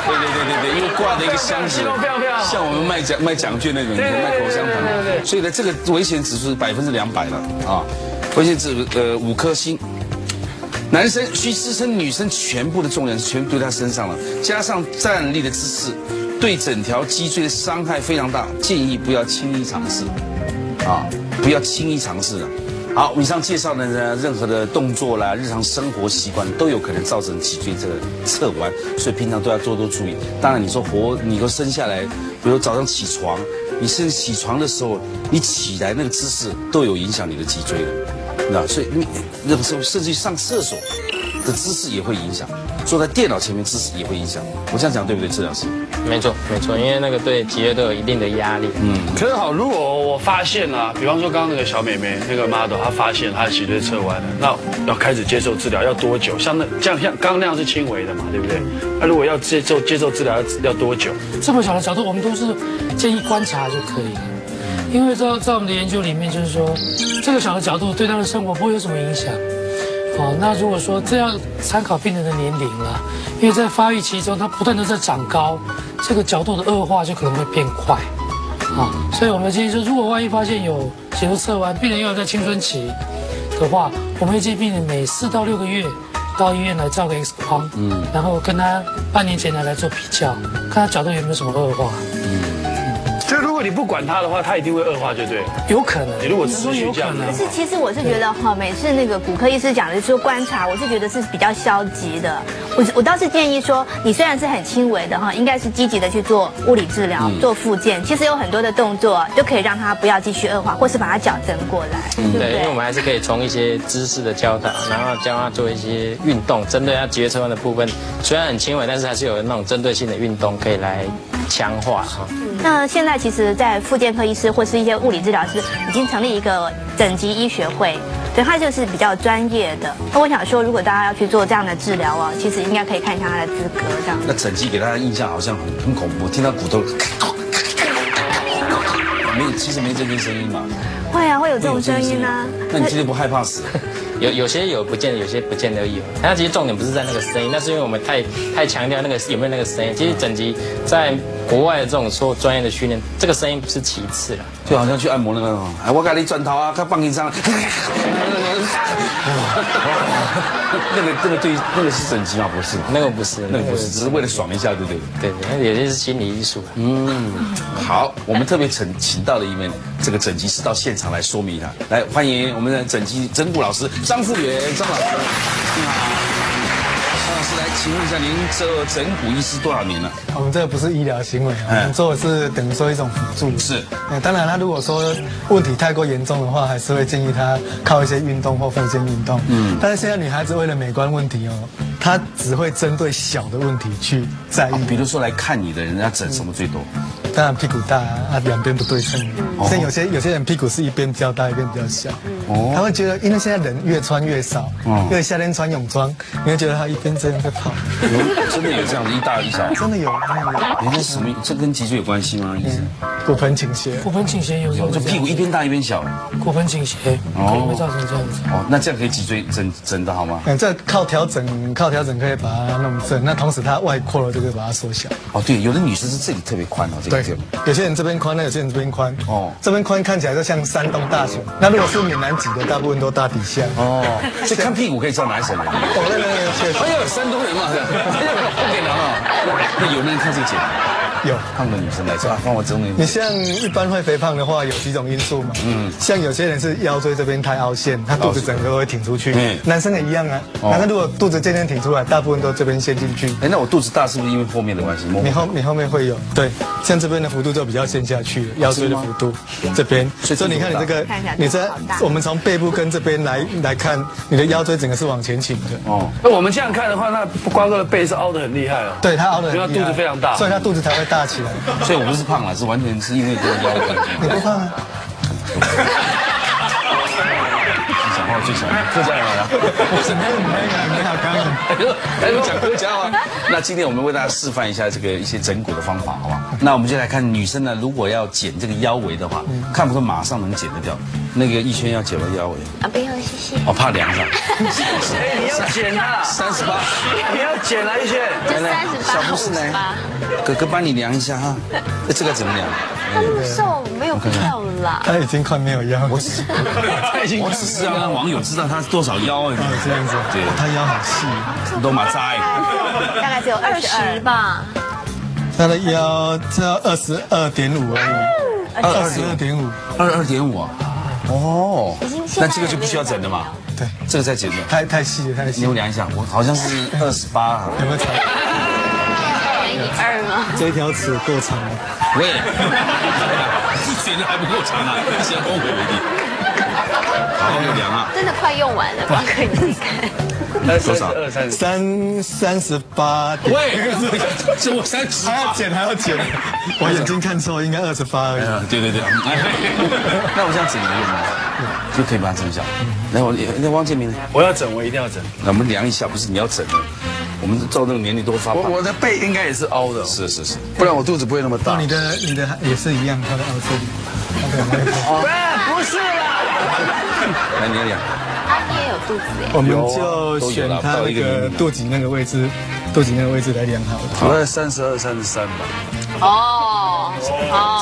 S1: 对对对对对，因为挂的一个箱子
S6: 非常漂亮形容非常漂，亮
S1: 像我们卖奖卖奖券那种，
S6: 对对对
S1: 卖口香糖
S6: 对对对。对
S1: 所以呢，这个危险指数是百分之两百了啊，危险指呃五颗星。男生需支撑女生全部的重量，全部丢在她身上了，加上站立的姿势，对整条脊椎的伤害非常大，建议不要轻易尝试，啊，不要轻易尝试了。好，以上介绍的呢，任何的动作啦、日常生活习惯都有可能造成脊椎这个侧弯，所以平常都要多多注意。当然，你说活，你说生下来，比如早上起床，你甚至起床的时候，你起来那个姿势都有影响你的脊椎的。那所以你那个时候甚至于上厕所的姿势也会影响，坐在电脑前面姿势也会影响。我这样讲对不对，治疗师？
S5: 没错，没错，因为那个对脊椎都有一定的压力。嗯，
S6: 可是好，如果我发现啊，比方说刚刚那个小美眉那个 model，她发现她的脊椎侧弯了，那要开始接受治疗要多久？像那这样像刚刚那样是轻微的嘛，对不对？那如果要接受接受治疗要要多久？
S4: 这么小的角度，我们都是建议观察就可以了。因为在在我们的研究里面，就是说这个小的角度对他的生活不会有什么影响。好，那如果说这要参考病人的年龄了，因为在发育期中，他不断的在长高，这个角度的恶化就可能会变快。啊，所以我们建议说，如果万一发现有脊柱侧弯，病人又在青春期的话，我们会建议病人每四到六个月到医院来照个 X 光，嗯，然后跟他半年前来来做比较，看他角度有没有什么恶化，
S6: 就如果你不管它的话，它一定会恶化，就对了。
S4: 有可能。
S6: 你如果持续这样子的
S4: 有可
S6: 话
S4: 能。
S7: 是，其实我是觉得哈，每次那个骨科医师讲的说观察，我是觉得是比较消极的。我我倒是建议说，你虽然是很轻微的哈，应该是积极的去做物理治疗、
S4: 嗯
S7: 做复健。其实有很多的动作就可以让它不要继续恶化，或是把它矫正过来，对不
S5: 嗯对，因为我
S7: 对？
S5: 们还是可以从一些知识的教导，然后教他做一些运动，针对他脊椎侧弯的部分，虽然很轻微，但是还是有那种针对性的运动可以来强化哈。
S7: 那现在其实，在复健科医师或是一些物理治疗师已经成立一个整级医学会，对，它就是比较专业的。那我想说，如果大家要去做这样的治疗啊，其实应该可以看一下他的资格这样。
S1: 那整集给大家印象好像很很恐怖，听到骨头咔咔咔咔咔咔咔没有，其实没这件声音嘛，
S7: 会啊，会有这种
S1: 有
S7: 声音啊。
S1: 那你今天不害怕死？啊
S5: 有有些有不见得，有些不见得有。它其实重点不是在那个声音，那是因为我们太太强调那个有没有那个声音。其实整集在国外的这种说专业的训练，这个声音不是其次啦。
S1: 就好像去按摩那个，哎，我给你转头啊，看放轻松啊， 那个那个对，那个是整集吗？不是，
S5: 那个不是，
S1: 那个不是，只是为了爽一下，对不对？嗯
S5: 对对，那有些是心理艺啊术啦。
S1: 好，我们特别请请到了一位这个整集师到现场来说明一下，来欢迎我们的整集整骨老师张富元张老师，你好，张老师来，请问一下您这整骨医师多少年了？
S10: 我哦们这个不是医疗行为，我
S1: 嗯
S10: 们做的是等于说一种辅助。
S1: 是
S10: 嗯，当然，他如果说问题太过严重的话，还是会建议他靠一些运动或附件运动。嗯，但是现在女孩子为了美观问题哦，她只会针对小的问题去在意，
S1: 哦比如说来看你的人要整什么最多？哦
S10: 当然屁股大啊，两边不对称。像有些有些人屁股是一边比较大，一边比较小。哦，他会觉得，因为现在人越穿越少，
S1: 哦
S10: 因为夏天穿泳装，你会觉得他一边这样在跑，
S1: 有真的有这样的一大一小？
S10: 真的有，真的有
S1: 哎，那是什么？这跟脊椎有关系吗？医生，
S10: 骨盆倾斜。
S4: 骨盆倾斜有时候
S1: 就
S4: 会这
S1: 屁
S4: 样
S1: 股一边大一边小。
S4: 骨盆倾斜可能会造成这样子。
S1: 哦，那这样可以脊椎整整的好吗？
S10: 嗯，这靠调整，靠调整可以把它弄正。那同时它外扩了，就可以把它缩小。
S1: 哦，对，有的女生是这里特别宽哦，这个
S10: 对
S1: 地方。，
S10: 有些人这边宽，那有些人这边宽。
S1: 哦
S10: 哦，这边宽看起来就像山东大熊。那如果是闽南籍的，大部分都大底下。哦，
S1: 哦，所以看屁股可以知道哪一省人。
S10: 那个确
S1: 哎呦，山东人嘛，不给拿了。那有没有人看这个节目？
S10: 实有。
S1: 胖的女生来说，啊帮我整理
S10: 你像一般会肥胖的话，有几种因素嘛？嗯，像有些人是腰椎这边太凹陷，他肚子整个会挺出去。
S1: 嗯
S10: 男生也一样啊。男生如果肚子渐渐挺出来，大部分都这边陷进去。
S1: 哦哎，那我肚子大是不是因为后面的关系？摸
S10: 你后你后面会有对，像这边的幅度就比较陷下去
S1: 哦
S10: 了，腰椎的幅度这边，
S1: 所以
S10: 所以你看你这个
S7: 看一下，
S10: 你这
S7: 好大
S10: 我们从背部跟这边来来看，你的腰椎整个是往前倾的，
S1: 哦，
S6: 那我们这样看的话，那瓜哥的背是凹得很厉害哦。
S10: 对，它凹的很
S6: 所以
S10: 厉
S6: 它
S10: 害
S6: 肚子非常大
S10: 所以它肚子才会 大起来。
S1: 所以我不是胖了，是完全是因为这个腰的关系。
S10: 你不胖啊？
S1: 你讲话
S8: 最强，客家人啊。
S10: 你好，刚刚。
S1: 还有还有讲客家话。
S6: 哎
S1: 那今天我们为大家示范一下这个一些整骨的方法，好不好？那我们就来看女生呢，如果要剪这个腰围的话，
S4: 嗯
S1: 看不出马上能剪得掉。那个逸轩要剪了腰围，
S2: 啊，不用，谢谢。
S1: 哦，怕凉上。
S6: 哎，你要剪啊！
S1: 三十八，
S6: 你要剪啊，一轩。
S2: 就三十八
S1: 小
S2: 到
S1: 布
S2: 五
S1: 斯
S2: 十
S1: 呢
S2: 八，
S1: 哥哥帮你量一下哈，这个怎么量？
S2: 他那么瘦没有必要啦。
S10: 他已经快没有腰了，是
S1: 我只是要让网友知道他多少腰哎，
S10: 这样子，
S1: 对
S10: 他腰好细，
S1: 都马扎哎。
S7: 大概只有二
S2: 二
S7: 十
S2: 十
S7: 二，
S2: 吧，
S10: 他的腰只有二十二点五而已，二十二点五，
S1: 二二点五，啊哦
S2: 经，现在
S1: 那这个就不需要整了嘛？
S10: 对，
S1: 这个再剪的，
S10: 太太细了，太
S1: 你
S10: 细
S1: 给我
S10: 了，
S1: 量一下，我好像是二十八，
S10: 有没有长？
S2: 乘以二吗？
S10: 这一条尺够长吗？
S1: 喂，
S8: 这剪的还不够长啊，先恭维为弟。
S1: 好好给我量啊，
S2: 真的快用完了吧？可以自己 看。
S1: 多少？
S6: 二三十，
S10: 三三十八点，
S8: 喂，这我三十
S10: 还要剪还要剪，我眼睛看错，应该二十八而已。
S1: 嗯，对对对，哎那我这样整一个吗？就可以把它整小。来，我那汪建明呢，
S6: 我要整，我一定要整。
S1: 那我们量一下，不是你要整的，我们照那个年龄都发胖。
S6: 的背应该也是凹的哦
S1: 是是是，
S6: 不然我肚子不会那么
S10: 哦，你的你的也是一样，他的凹这里，他的那个
S6: 不是啦，
S1: 来你要量，
S2: 阿爹也有肚子耶，
S10: 我们
S6: 啊
S10: 就选他
S1: 都有啦到
S10: 那
S1: 一
S10: 个
S1: 个年龄了
S10: 肚脐那个位置，肚脐那个位置来量好了，
S6: 我在三十二、三十三吧。啊
S2: 哦哦，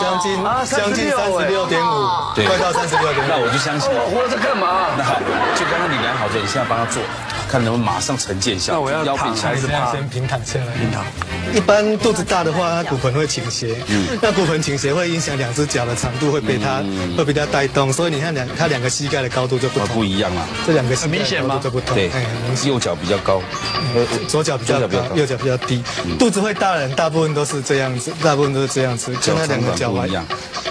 S10: 将近将近
S6: 36
S10: 三十六点五，
S6: 哎
S1: 对
S10: 快到三十六点
S1: 那
S10: 五。
S1: 我就相信。
S6: 活着干嘛？
S1: 那好，就刚刚你量好之后，你现在帮他做，看能不能马上呈现效。
S6: 那我要
S1: 腰
S6: 躺
S1: 变
S6: 还
S1: 强
S6: 是。
S10: 这样先平躺下来。平躺。一般肚子大的话，它骨盆会倾斜，
S1: 嗯
S10: 那骨盆倾斜会影响两只脚的长度，会被它会被它带动，所以你看两它两个膝盖的高度就不
S1: 哦，不
S10: 同，
S1: 一样啦。
S10: 这两个膝
S6: 很
S10: 盖
S6: 明显
S10: 的
S6: 吗
S10: 高度就不同。
S1: 对
S10: 哎很明，显哎
S1: 右脚比较高，
S10: 左脚比较
S1: 左脚比较
S10: 高
S1: 高，嗯
S10: 右脚比较低。肚子会大的人大部分都是这样子，大部分都是这样子，
S1: 脚
S10: 跟他两个脚
S1: 长短不一
S10: 踝
S1: 样、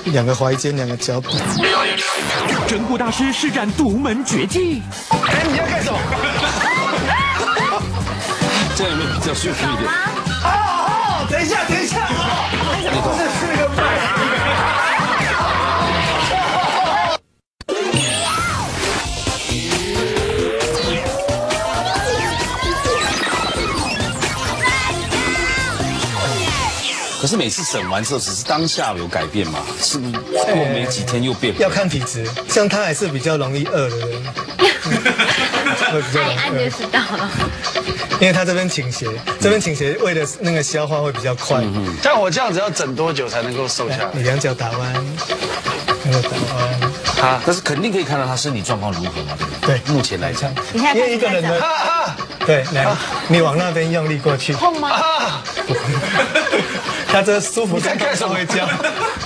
S10: 两个踝尖、两个脚骨。
S3: 整蛊大师施展独门绝技。
S1: 这样有没有比较舒服一点？
S6: 等一下，等一下，不是四个半。
S1: 可是每次整完之后，只是当下有改变嘛，是不是？过没几天又变回来
S10: 要看体质，像他还是比较容易饿的 人，会比较
S2: 按
S10: 容
S2: 一
S10: 易
S2: 哎按就
S10: 饿，
S2: 知道了。
S10: 因为他这边倾斜，这边倾斜为了那个消化会比较快。
S6: 像我这样子要整多久才能够瘦下来？
S10: 你两脚打弯，两脚打弯，
S1: 但是肯定可以看到他身体状况如何嘛，对不对？
S10: 对，
S1: 目前来讲，
S7: 你看
S10: 因为一个人的，对，两，你往那边用力过去，
S2: 痛吗？
S6: 啊
S10: 他这舒服在干什么？叫，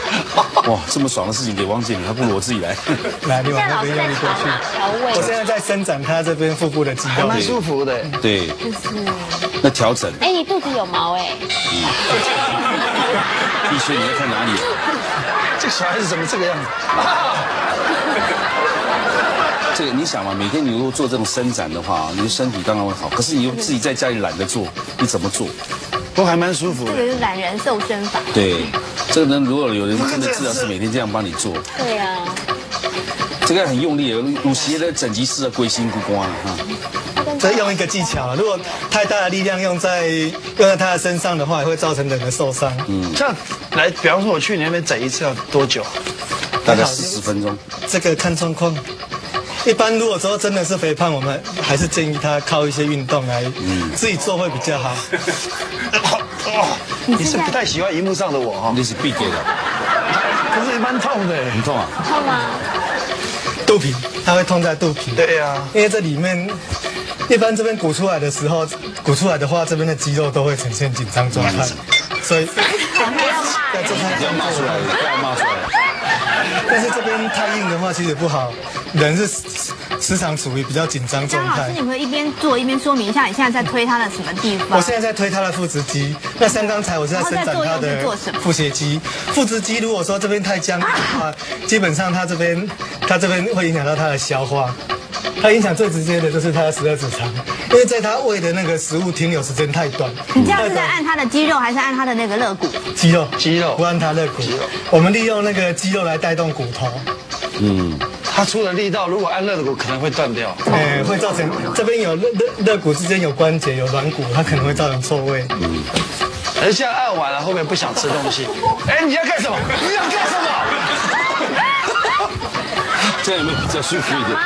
S1: 哇，这么爽的事情给汪建明，还不如我自己来。
S10: 来，你
S2: 现在
S10: 往那
S2: 老师
S10: 边
S2: 在
S10: 用力过
S2: 调
S10: 去
S2: 哪。调
S10: 我
S2: 位？
S10: 现在在伸展他这边腹部的肌肉，
S6: 舒服的。
S1: 对，那调整，嗯
S2: 哎，你肚子有毛哎，
S1: 必须你要看哪里？
S6: 这小孩子怎么这个样子？
S1: 这个你想嘛，每天你如果做这种伸展的话，你的身体当然会好。可是你又自己在家里懒得做，你怎么做？
S6: 都还蛮舒服
S7: 这个就是懒人瘦身法。
S1: 对，这个人如果有人真的治疗师每天这样帮你做，
S2: 对呀，
S7: 啊
S1: 这个很用力的，鲁鞋的整脊式的龟心骨瓜了啊哈。
S10: 这用一个技巧，啊如果太大的力量用在用在他的身上的话，也会造成人的受伤。
S1: 嗯
S6: 这样来，比方说我去你那边整一次要多久？啊
S1: 大概四十分钟。
S10: 这个看状况。一般如果说真的是肥胖，我们还是建议他靠一些运动来，
S1: 嗯
S10: 自己做会比较好。
S6: 你是不太喜欢荧幕上的我哈、
S1: 那是必给的，
S6: 可是蛮痛的。
S1: 很痛啊！
S2: 痛吗？
S10: 肚皮，它会痛在肚皮。
S6: 对呀、
S10: 因为这里面，一般这边鼓出来的时候，鼓出来的话，这边的肌肉都会呈现紧张状态，
S1: 嗯
S10: 所以要做
S1: 不要骂出来，不要骂出来。
S10: 但是这边太硬的话，其实也不好，人是时时常处于比较紧张状
S7: 张老
S10: 态
S7: 师，。你们一边做一边说明一下，你现在在推他的什么地方？
S10: 我现在在推他的腹直肌，那像刚才我是在伸展他的腹斜肌。腹直肌如果说这边太僵硬的话，基本上他这边他这边会影响到他的消化。它影响最直接的就是他的十二指肠，因为在他胃的那个食物停留时间太短。
S7: 你这样是在按他的肌肉，还是按他的那个肋骨？
S10: 肌肉，
S6: 肌肉
S10: 不按它肋骨。我们利用那个肌肉来带动骨头。
S1: 嗯，
S6: 它出的力道如果按肋骨可能会断掉。
S10: 哎，会造成这边有肋肋肋骨之间有关节有软骨，它可能会造成错位。
S1: 嗯
S6: 而现在按完了，会不会不想吃东西？哎，你要干什么？你要干什么？
S1: 这样有没有比较舒服一点？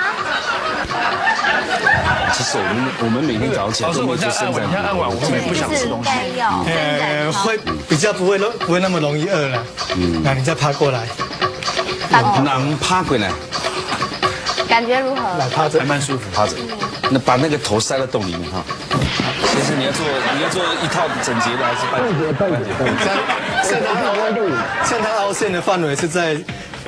S1: 其实我们我们每天早上起来
S6: 老师，
S1: 都
S6: 我
S1: 会
S6: 这
S1: 做
S6: 样按完，你
S1: 伸展
S6: 这样按完，我会不会不想吃东西？
S2: 该
S7: 哦
S2: 要
S1: 嗯
S2: 伸
S1: 哎
S2: 展
S10: 呃，
S2: 的
S10: 会比较不会那不会那么容易饿了。嗯，那你再趴过来，
S1: 能趴回来，
S2: 感觉如何？
S10: 来趴着
S6: 还。蛮舒服。
S1: 趴着，那把那个头塞到洞里面哈。先生，你要做你要做一套整洁的还是半截？半截。
S10: 像它凹像它凹陷的范围是在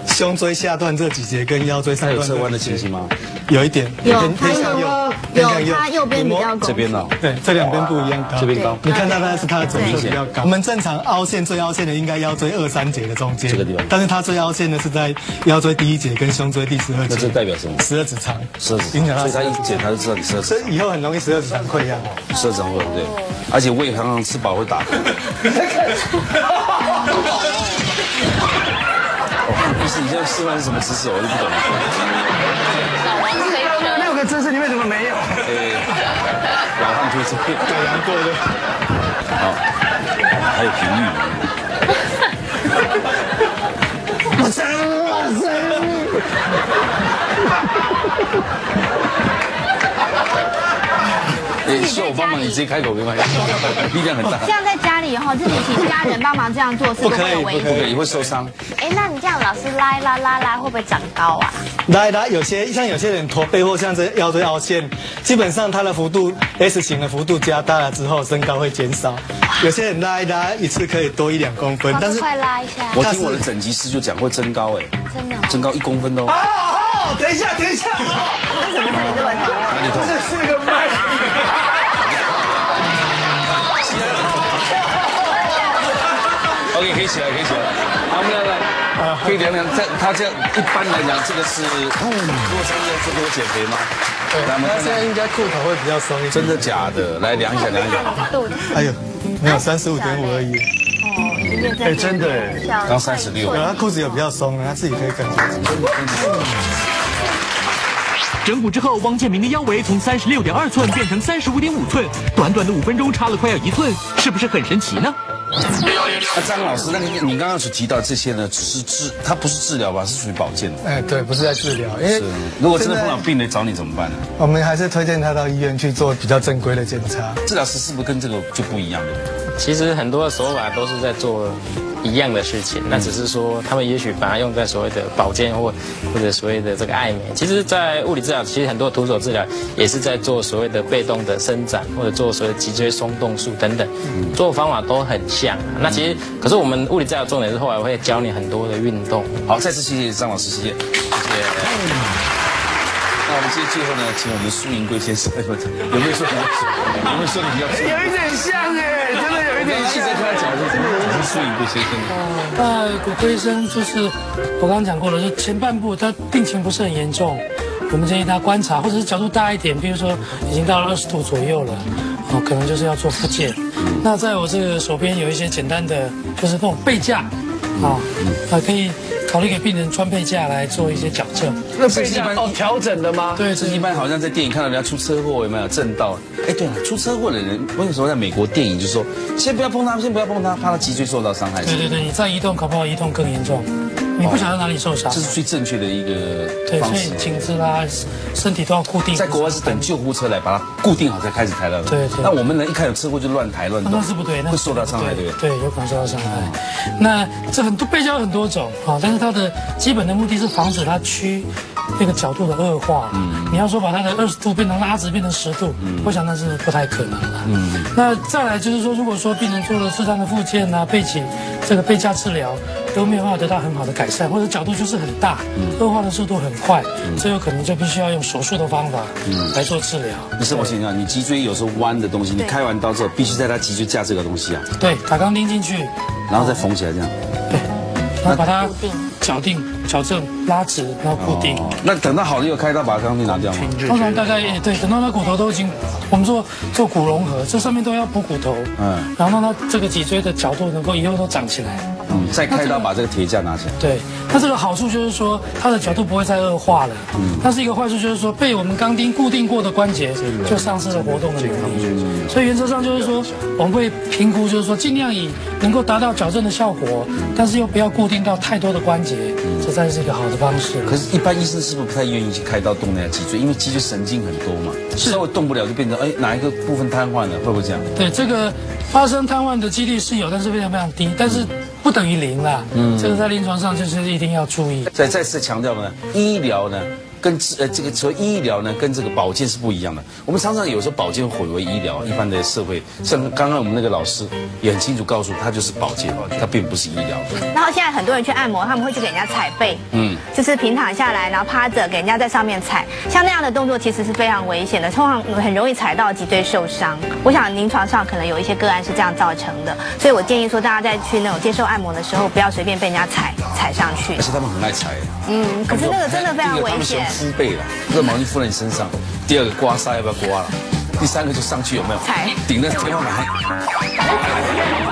S10: 胸椎下段这几节跟腰椎上
S1: 还
S10: 段这
S1: 有
S10: 几节
S1: 侧弯的情形吗？
S10: 有一点，
S7: 有
S10: 偏
S7: 它
S10: 偏向右
S7: 有，
S10: 偏向
S7: 有它右边比较高
S1: 这边呢？
S10: 对，这两边不一样高，
S1: 这边高
S10: 你看到它是它的左右比较高。我们正常凹陷最凹陷的应该腰椎二三节的中间，
S1: 这个地方
S10: 但是它最凹陷的是在腰椎第一节跟胸椎第十二节。
S1: 那这代表什么
S10: 十二指肠，
S1: 十二指
S10: 影响
S1: 肠，
S10: 到
S1: 所以
S10: 十
S1: 他
S10: 二
S1: 一
S10: 指肠，
S1: 检查就知道你十二指
S10: 所以以后很容易十二指肠溃疡。
S1: 十二指肠会对，而且胃常常吃饱会打嗝。医生，你现在示哦范是什么姿势？我就不懂了。
S2: 老王推车。
S6: 六个姿势里面怎么没有？
S1: 哎，老汉推车，对，杨过的。好，还有频率。我操！我操！哎，需要我帮忙，你直接开口没关系，力量很大，
S7: 这样在家里哈，自己请家人帮忙这样做，是不
S1: 不
S7: 会
S1: 可以，
S7: 有
S1: 不
S7: 危险。
S1: 可以，会受伤。
S2: 哎，那你这样老师拉一拉拉拉，会不会长高啊？
S10: 来来，有些像有些人驼背或像这腰椎凹陷，基本上它的幅度 S 型的幅度加大了之后，身高会减少。有些人拉一拉一次可以多一两公分，但
S2: 老师
S10: 是
S2: 快啊拉一下，
S1: 我听我的整脊师就讲会增高，哎，
S2: 真的哦。
S1: 增高一公分哦。
S6: 哦，等一下，等一下，
S7: 为什么这里这么痛？
S6: 这是个麦。
S1: OK，可以起来，可以起来。好，我们来来，呃可以量量。这他这样一般来讲，这个是，如果真的这个会减肥吗？来，我们
S10: 那
S1: 看
S10: 现在
S1: 看，
S10: 应该裤头会比较松一点。
S1: 真的假的？来量一下，量一下。
S2: 肚子
S10: 哎呦，没有三十五点五而已。
S2: 哦，里面在
S6: 哎真的哎
S2: 像
S1: 刚36
S10: 然哎后他裤子有比较松，啊他自己可以感觉。
S3: 整骨之后，汪建民的腰围从三十六点二寸变成三十五点五寸，短短的五分钟差了快要一寸，是不是很神奇呢？
S1: 那张呃老师，那个你刚刚所提到这些呢，只是治，它不是治疗吧，是属于保健的。
S10: 哎，对，不是在治疗，因为
S1: 是，如果真的
S10: 现
S1: 碰
S10: 在
S1: 到病人找你怎么办呢？
S10: 我们还是推荐他到医院去做比较正规的检查。
S1: 治疗师是不是跟这个就不一样了？
S5: 其实很多的手法都是在做一样的事情，那只是说他们也许把它用在所谓的保健或或者所谓的这个爱美。其实，在物理治疗，其实很多徒手治疗也是在做所谓的被动的伸展，或者做所谓的脊椎松动术等等，
S1: 嗯
S5: 做方法都很像。那其实，可是我们物理治疗重点是后来会教你很多的运动。
S1: 好，再次谢谢张老师，谢谢，谢谢。 那我们今天最后呢，请我们苏银贵先生，有没有说你要有没有说你要说？
S6: 有一点像哎，真的有一点像。
S1: 跟他讲说，真的有点输赢不先生。
S4: 那骨科医生就是我刚刚讲过了，就前半部他病情不是很严重，我们建议他观察，或者是角度大一点，比如说已经到了二十度左右了，哦，可能就是要做复健。那在我这个手边有一些简单的，就是那种背架，啊、啊，可以考虑给病人穿背架来做一些矫正。
S6: 那背架哦，调整的吗？
S4: 对，
S1: 这
S4: 这
S1: 一
S4: 一般
S1: 般好像在电影看到人家出车祸有没有震到？哎，对了，出车祸的人为什么在美国电影就说先不要碰他，先不要碰他，怕他脊椎受到伤害？
S4: 对对对，你再移动，搞不好移动更严重，你不晓得哪里受伤
S1: 这。是最正确的一个
S4: 对，
S1: 方
S4: 所
S1: 式
S4: 以。颈子啦、身体都要固定。
S1: 在国外是等救护车来把它固定好才开始抬到的。
S4: 对对
S1: 那我们呢，一看有车祸就乱抬乱
S4: 啊
S1: 动，
S4: 那是不对，那
S1: 会
S4: 是
S1: 受到伤害，对不对？
S4: 对，有可能受到伤害。那这很多背胶有很多种啊，但是它的基本的目的是防止它屈那个角度的恶化。嗯，你要说把它的二十度变成拉直变成十度，我想那是不太可能的。嗯，那再来就是说，如果说病人做了适当的复健啊、背景这个背架治疗都没有办法得到很好的改善，或者角度就是很大，恶化的速度很快，这有可能就必须要用手术的方法来做治疗。
S1: 你生活现象，你脊椎有时候弯的东西，你开完刀之后必须在它脊椎架这个东西啊，
S4: 对，打钢钉进去，
S1: 然后再缝起来这样。
S4: 对，然后把它矫定、矫正、拉直，然后固定。
S1: 哦，那等到好了又开刀把钢筋拿掉吗？
S4: 通常大概也对，等到它骨头都已经，我们做做骨融合，这上面都要补骨头，
S1: 嗯
S4: 嗯，然后让它这个脊椎的角度能够以后都长起来，哦。
S1: 再
S4: 那
S1: 开
S4: 这
S1: 刀
S4: 个
S1: 把这个铁架拿起来。
S4: 对，那这个好处就是说，它的角度不会再恶化了。嗯，但是一个坏处就是说，被我们钢钉固定过的关节就丧失了活动的能力。所以原则上就是说，我们会评估，就是说尽量以能够达到矫正的效果，但是又不要固定到太多的关节，这才是一个好的方式。
S1: 可是，一般医生是不是不太愿意去开刀动那个脊椎？因为脊椎神经很多嘛，稍微动不了就变成哎哪一个部分瘫痪了，会不会这样？
S4: 对，这个发生瘫痪的几率是有，但是非常非常低，但是不等于零啦。嗯，这个在临床上就是一定要注意。
S1: 再再次强调呢，医疗呢跟治呃这个所谓医疗呢跟这个保健是不一样的。我们常常有时候保健混为医疗，一般的社会像刚刚我们那个老师也很清楚告诉他就是保健，他并不是医疗。
S7: 然后现在很多人去按摩，他们会去给人家踩背，嗯，就是平躺下来，然后趴着给人家在上面踩，像那样的动作其实是非常危险的，通常很容易踩到脊椎受伤。我想临床上可能有一些个案是这样造成的，所以我建议说大家在去那种接受按摩的时候，不要随便被人家踩踩上去
S1: 而。且他们很爱踩，
S7: 嗯，可是那个真的非常
S1: 第一个
S7: 危
S1: 他们喜
S7: 险
S1: 欢。敷背了，热毛巾敷在你身上；第二个刮痧要不要刮了？第三个就上去有没有？
S7: 踩
S1: 顶着天花板，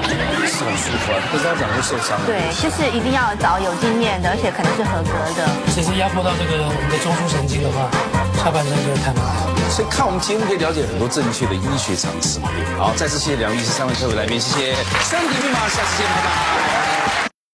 S1: 是很舒服啊。可是他讲会受伤啊。
S7: 对，就是一定要找有经验的，而且可能是合格的。
S4: 其实压迫到这个我们的中枢神经的话，下半身就会瘫痪。
S1: 所以看我们节目可以了解很多正确的医学常识嘛。好，再次谢谢梁医师三位特别来宾，谢谢身体密码，下次见，拜拜。